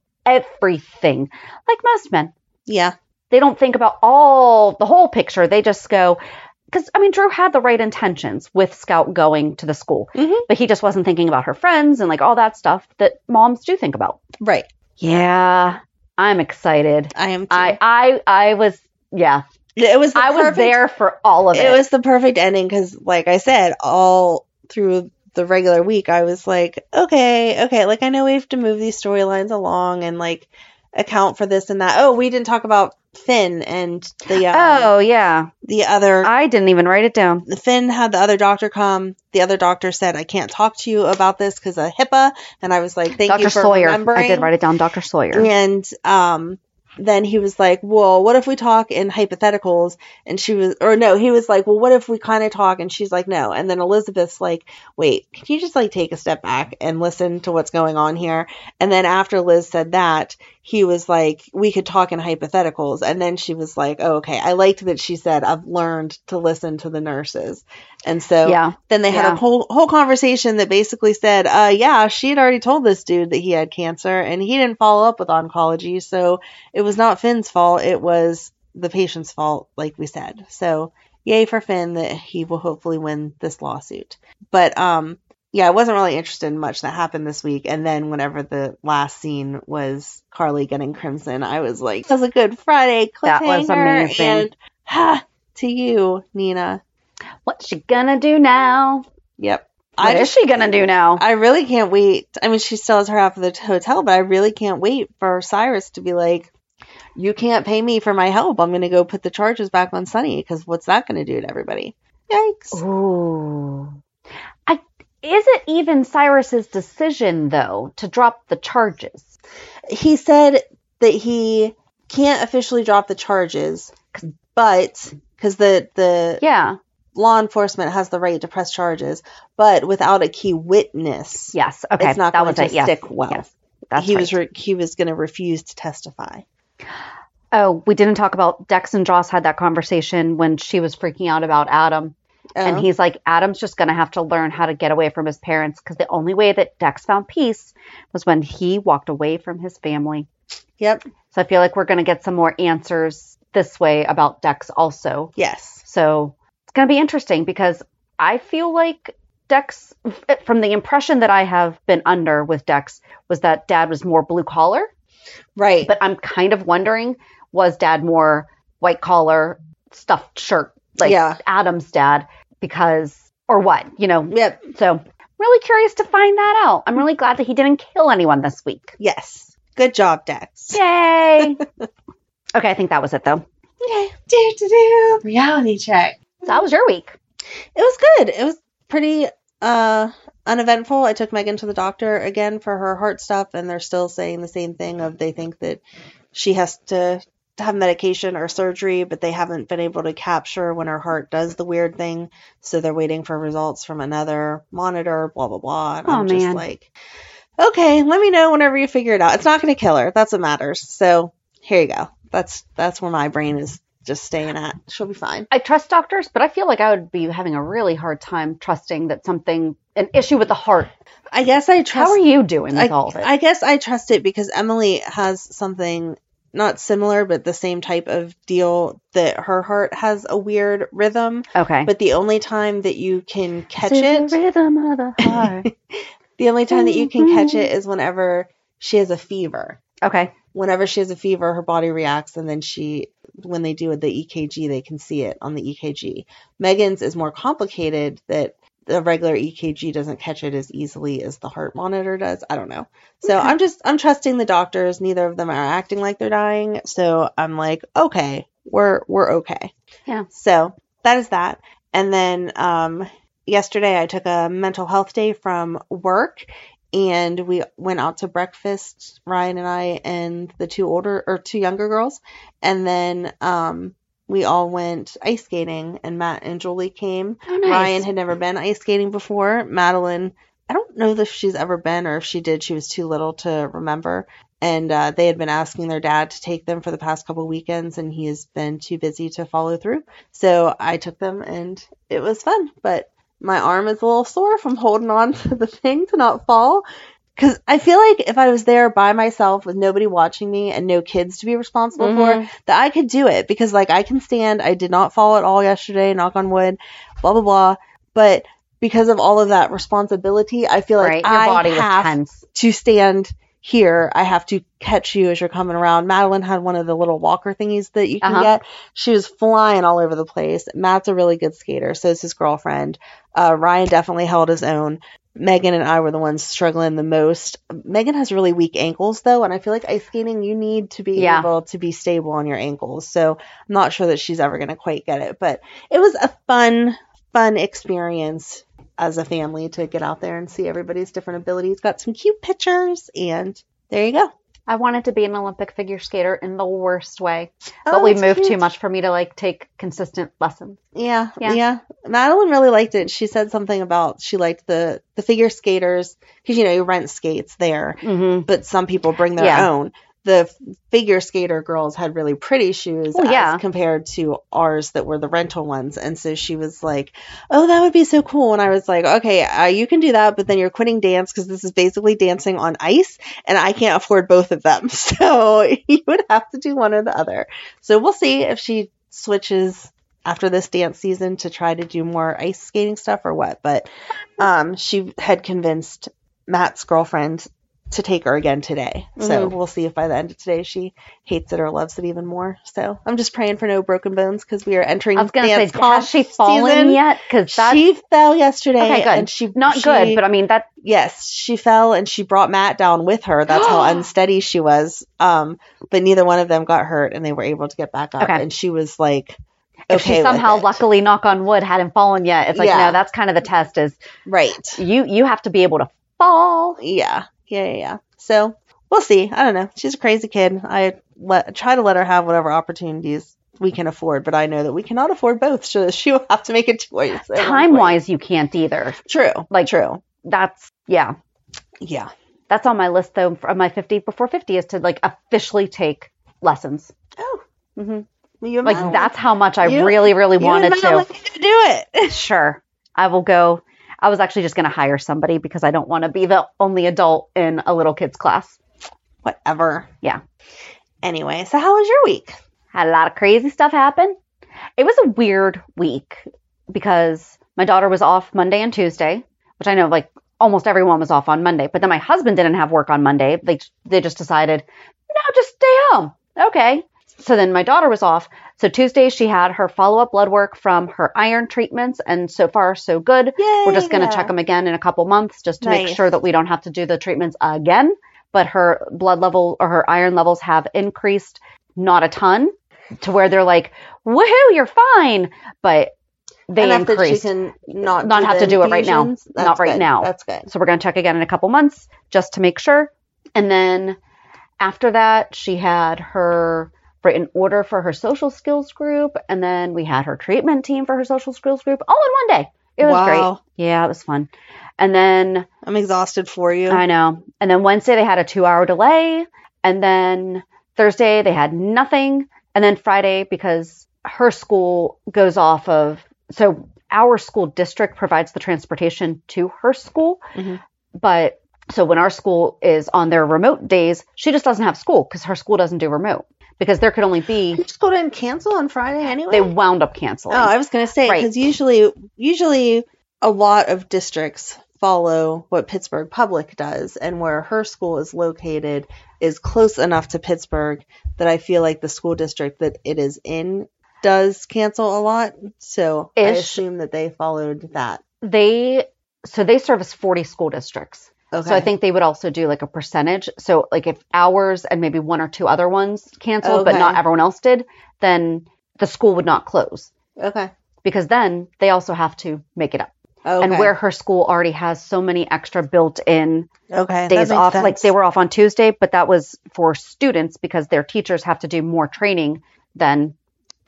S8: everything, like most men
S6: Yeah.
S8: they don't think about all the whole picture. They just go, because I mean, Drew had the right intentions with Scout going to the school,
S6: Mhm.
S8: but he just wasn't thinking about her friends and like all that stuff that moms do think about.
S6: Right.
S8: Yeah, I'm excited.
S6: I am too.
S8: I I I was yeah,
S6: it was the
S8: I was
S6: perfect-
S8: there for all of it.
S6: It was the perfect ending because, like I said, all through the regular week, I was like, okay, okay, like I know we have to move these storylines along and like account for this and that. Oh, we didn't talk about Finn and the um,
S8: oh yeah,
S6: the other
S8: I didn't even write it down.
S6: Um, Finn had the other doctor come. The other doctor said, "I can't talk to you about this because of HIPAA." And I was like, "Thank
S8: Dr.
S6: you for
S8: Sawyer.
S6: remembering."
S8: I did write it down. Dr. Sawyer.
S6: And um, then he was like, "Well, what if we talk in hypotheticals?" And she was, or no, he was like, "Well, what if we kind of talk?" And she's like, "No." And then Elizabeth's like, "Wait, can you just like take a step back and listen to what's going on here?" And then after Liz said that, he was like, "We could talk in hypotheticals." And then she was like, oh, "Okay, I liked that she said I've learned to listen to the nurses." And so
S8: Yeah.
S6: then they had
S8: Yeah.
S6: a whole whole conversation that basically said, uh, yeah, she had already told this dude that he had cancer, and he didn't follow up with oncology, so it was not Finn's fault; it was the patient's fault, like we said. So, yay for Finn that he will hopefully win this lawsuit. But um, yeah, I wasn't really interested in much that happened this week. And then whenever the last scene was Carly getting crimson, I was like, "That was a good Friday cliffhanger."
S8: That was amazing.
S6: And ha, to you, Nina.
S8: What's she gonna do now?
S6: Yep.
S8: What is she gonna do now?
S6: I really can't wait. I mean, she still has her half of the hotel, but I really can't wait for Cyrus to be like, "You can't pay me for my help. I'm going to go put the charges back on Sunny because what's that going to do to everybody?" Yikes!
S8: Oh. Ooh. I, is it even Cyrus's decision though to drop the charges?
S6: He said that he can't officially drop the charges, but because the the
S8: Yeah.
S6: law enforcement has the right to press charges, but without a key witness,
S8: Yes. Okay.
S6: it's not
S8: that
S6: going
S8: was
S6: to
S8: it. Yes.
S6: stick well.
S8: Yes. That's
S6: he
S8: right.
S6: was re- he was going to refuse to testify.
S8: oh, we didn't talk about Dex and Joss had that conversation when she was freaking out about Adam. And
S6: Oh.
S8: he's like, Adam's just going to have to learn how to get away from his parents because the only way that Dex found peace was when he walked away from his family.
S6: Yep.
S8: So I feel like we're going to get some more answers this way about Dex also.
S6: Yes.
S8: So it's going to be interesting because I feel like Dex, from the impression that I have been under with Dex, was that dad was more blue collar.
S6: Right.
S8: But I'm kind of wondering was dad more white collar, stuffed shirt, like
S6: Yeah.
S8: Adam's dad, because, or what, you know?
S6: yep.
S8: So really curious to find that out. I'm really glad that he didn't kill anyone this week.
S6: Yes. Good job, Dex.
S8: Yay. okay, I think that was it though.
S6: Okay. Do do do. Reality check.
S8: So that was your week.
S6: It was good. It was pretty uh uneventful. I took Megan to the doctor again for her heart stuff and they're still saying the same thing of they think that she has to have medication or surgery, but they haven't been able to capture when her heart does the weird thing. So they're waiting for results from another monitor, blah blah blah. And
S8: Aw,
S6: I'm just
S8: man.
S6: like Okay, let me know whenever you figure it out. It's not gonna kill her. That's what matters. So here you go. That's that's where my brain is just staying at. She'll be fine.
S8: I trust doctors, but I feel like I would be having a really hard time trusting that something, an issue with the heart.
S6: I guess I trust
S8: How are you doing with
S6: I,
S8: all of it?
S6: I guess I trust it because Emily has something not similar but the same type of deal that her heart has a weird rhythm.
S8: okay.
S6: But the only time that you can catch
S8: To
S6: it,
S8: The rhythm of the heart.
S6: the only time that you can catch it is whenever she has a fever.
S8: okay.
S6: Whenever she has a fever, her body reacts, and then she, when E they do the EKG, they can see it on the EKG. Megan's is more complicated that the regular EKG doesn't catch it as easily as the heart monitor does. I don't know. So I'm just I'm trusting the doctors. Neither of them are acting like they're dying. So I'm like, okay, we're we're okay.
S8: Yeah.
S6: So that is that. And then um yesterday I took a mental health day from work and we went out to breakfast, Ryan and I and the two older or two younger girls. And then um we all went ice skating and Matt and Julie came.
S8: Oh, nice.
S6: Ryan had never been ice skating before. Madeline, I don't know if she's ever been or if she did, she was too little to remember. And uh, they had been asking their dad to take them for the past couple weekends, and he has been too busy to follow through. So I took them, and it was fun. But my arm is a little sore from holding on to the thing to not fall. Because I feel like if I was there by myself with nobody watching me and no kids to be responsible
S7: Mm-hmm.
S6: for, that I could do it. Because, like, I can stand. I did not fall at all yesterday, knock on wood, blah, blah, blah. But because of all of that responsibility, I feel
S7: right?
S6: like
S7: Your
S6: I
S7: body was
S6: have
S7: tense.
S6: to stand here. I have to catch you as you're coming around. Madeline had one of the little walker thingies that you can
S7: Uh-huh.
S6: get. She was flying all over the place. Matt's a really good skater, so is his girlfriend. Uh, Ryan definitely held his own. Megan and I were the ones struggling the most. Megan has really weak ankles though, and I feel like ice skating you need to be
S7: Yeah.
S6: able to be stable on your ankles. So I'm not sure that she's ever going to quite get it, but it was a fun, fun experience as a family to get out there and see everybody's different abilities. Got some cute pictures, and there you go.
S8: I wanted to be an Olympic figure skater in the worst way,
S6: Oh,
S8: but we
S6: that's
S8: moved too
S6: cute.
S8: much for me to like take consistent lessons.
S6: Yeah,
S8: Yeah.
S6: yeah, Madeline really liked it. She said something about she liked the the figure skaters because you know you rent skates there,
S8: Mm-hmm.
S6: but some people bring their
S8: Yeah.
S6: own. The f- figure skater girls had really pretty shoes
S8: Oh,
S6: as
S8: yeah.
S6: compared to ours that were the rental ones. And so she was like, Oh, that would be so cool. And I was like, Okay, uh, you can do that, but then you're quitting dance because this is basically dancing on ice, and I can't afford both of them. So you would have to do one or the other. So we'll see if she switches after this dance season to try to do more ice skating stuff or what. But um, she had convinced Matt's girlfriend to take her again today.
S8: Mm-hmm.
S6: So we'll see if by the end of today she hates it or loves it even more. So I'm just praying for no broken bones because we are entering
S8: I was gonna
S6: dance
S8: say, has she
S6: comp
S8: fallen
S6: season.
S8: yet? Because that's
S6: She fell yesterday
S8: okay, good.
S6: and she
S8: not good,
S6: she-
S8: but I mean that.
S6: Yes, she fell and she brought Matt down with her. That's how unsteady she was. Um, but neither one of them got hurt and they were able to get back up.
S8: Okay.
S6: And she was like, okay,
S8: If she somehow,
S6: with it.
S8: luckily, knock on wood, hadn't fallen yet, it's like
S6: Yeah.
S8: no, that's kind of the test. Is
S6: right?
S8: you you have to be able to fall.
S6: Yeah, yeah, yeah. yeah. So we'll see. I don't know. She's a crazy kid. I let, try to let her have whatever opportunities we can afford, but I know that we cannot afford both, so she will have to make a choice. at one point.
S8: Time wise, you can't either.
S6: true,
S8: like-
S6: like true.
S8: That's yeah.
S6: Yeah,
S8: That's on my list though. From my fifty before fifty is to like officially take lessons.
S6: you and
S8: Like
S6: Madeline-
S8: that's how much I
S6: You-
S8: really really
S6: you
S8: wanted
S6: and Madeline
S8: to.
S6: can do it.
S8: Sure, I will go. I was actually just going to hire somebody because I don't want to be the only adult in a little kid's class.
S6: Whatever.
S8: Yeah.
S6: Anyway, so how was your week?
S8: had a lot of crazy stuff happen. It was a weird week because my daughter was off Monday and Tuesday, which I know like almost everyone was off on Monday, but then my husband didn't have work on Monday. They they just decided, "No, just stay home." Okay. So then my daughter was off. So Tuesday she had her follow-up blood work from her iron treatments and so far so good. We're just going to
S6: Yay.
S8: check them again in a couple months just to make
S6: Nice.
S8: sure that we don't have to do the treatments again. But her blood level or her iron levels have increased not a ton to where they're like, woohoo, you're fine. But they
S6: Enough that she
S8: increased.
S6: can not
S8: Not have
S6: the
S8: to do it right now.
S6: infusions?
S8: Not
S6: That's
S8: right
S6: good.
S8: now.
S6: That's good.
S8: So we're going to check again in a couple months just to make sure. And then after that, she had her written order for her social skills group. And then we had her treatment team for her social skills group all in one day. It was
S6: Wow.
S8: great. Yeah, it was fun. And then
S6: I'm exhausted for you.
S8: I know. And then Wednesday they had a two hour delay. And then Thursday they had nothing. And then Friday, because her school goes off of, so our school district provides the transportation to her school.
S6: Mhm.
S8: But so when our school is on their remote days, she just doesn't have school because her school doesn't do remote because there could only be,
S6: Your school didn't cancel on Friday anyway.
S8: they wound up canceling.
S6: Oh, I was gonna say
S8: Right.
S6: because usually, usually a lot of districts follow what Pittsburgh Public does, and where her school is located is close enough to Pittsburgh that I feel like the school district that it is in does cancel a lot. So I
S8: Ish.
S6: assume that they followed that.
S8: they so they service 40 school districts.
S6: Okay.
S8: So I think they would also do like a percentage. So like if ours and maybe one or two other ones canceled, but
S6: Okay.
S8: not everyone else did, then the school would not close
S6: Okay.
S8: because then they also have to make it up.
S6: Okay.
S8: And where her school already has so many extra built-in
S6: okay,
S8: days
S6: that makes
S8: off, like
S6: sense.
S8: they were off on Tuesday, but that was for students because their teachers have to do more training than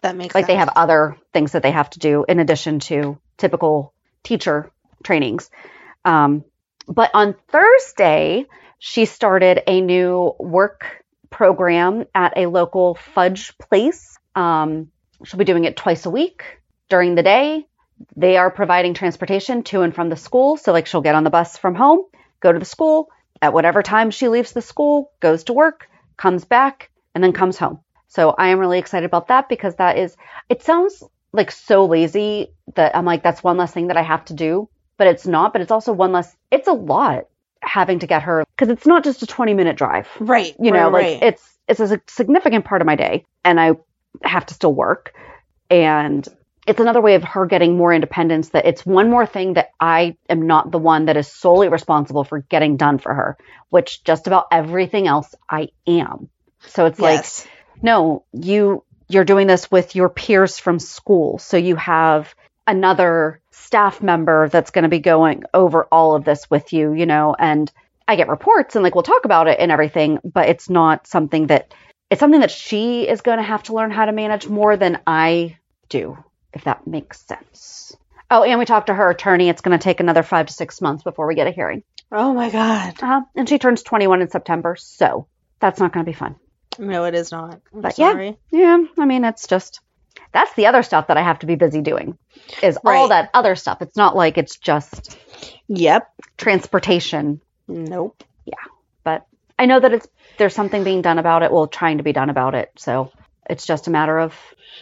S6: that makes
S8: like they
S6: sense.
S8: have other things that they have to do in addition to typical teacher trainings. Um, but on Thursday, she started a new work program at a local fudge place. Um, she'll be doing it twice a week during the day. They are providing transportation to and from the school. So, like, she'll get on the bus from home, go to the school at whatever time she leaves the school, goes to work, comes back, and then comes home. So I am really excited about that because that is, it sounds like so lazy that I'm like, that's one less thing that I have to do, but it's not, but it's also one less, it's a lot having to get her because it's not just a 20 minute drive.
S6: right.
S8: You know,
S6: right,
S8: like
S6: right.
S8: it's, it's a sig- significant part of my day and I have to still work. And it's another way of her getting more independence that it's one more thing that I am not the one that is solely responsible for getting done for her, which just about everything else I am. So it's like,
S6: yes.
S8: no you you're doing this with your peers from school so you have another staff member that's going to be going over all of this with you you know and i get reports and like we'll talk about it and everything but it's not something that it's something that she is going to have to learn how to manage more than i do if that makes sense oh and we talked to her attorney it's going to take another five to six months before we get a hearing
S6: oh my god.
S8: uh-huh. and she turns 21 in september so that's not going to be fun
S6: No, it is not. I'm
S8: But yeah.
S6: sorry.
S8: yeah, I mean, it's just that's the other stuff that I have to be busy doing is all
S6: Right.
S8: that other stuff. It's not like it's just
S6: Yep.
S8: transportation,
S6: Nope.
S8: but I know that it's there's something being done about it, well, trying to be done about it. So it's just a matter of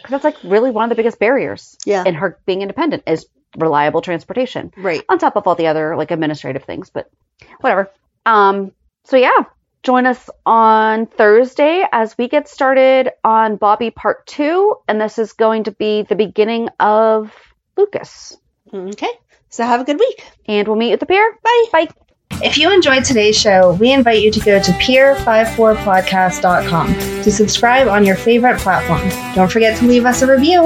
S8: because that's like really one of the biggest barriers
S6: Yeah.
S8: in her being independent is reliable transportation
S6: Right.
S8: on top of all the other like administrative things, but whatever. Um, so yeah, join us on Thursday as we get started on Bobby Part Two, and this is going to be the beginning of Lucas.
S6: Okay. So have a good week.
S8: And we'll meet you at the pier.
S6: Bye.
S8: Bye.
S7: If you enjoyed today's show, we invite you to go to peer54podcast.com to subscribe on your favorite platform. Don't forget to leave us a review.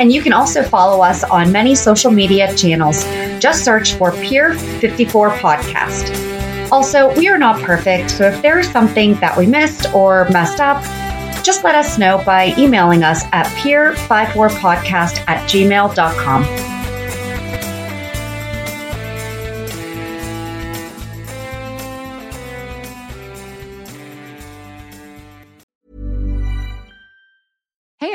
S7: And you can also follow us on many social media channels. Just search for Peer54 Podcast. Also, we are not perfect, so if there is something that we missed or messed up, just let us know by emailing us at peer54podcast at gmail.com.
S1: Hey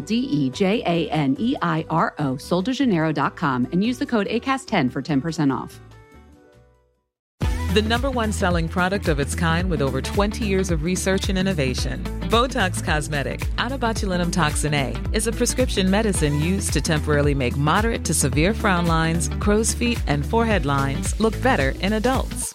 S1: D E J A N E I R O, soldejaneiro.com, and use the code ACAST10 for 10% off.
S4: The number one selling product of its kind with over 20 years of research and innovation. Botox Cosmetic, out of botulinum toxin A, is a prescription medicine used to temporarily make moderate to severe frown lines, crow's feet, and forehead lines look better in adults.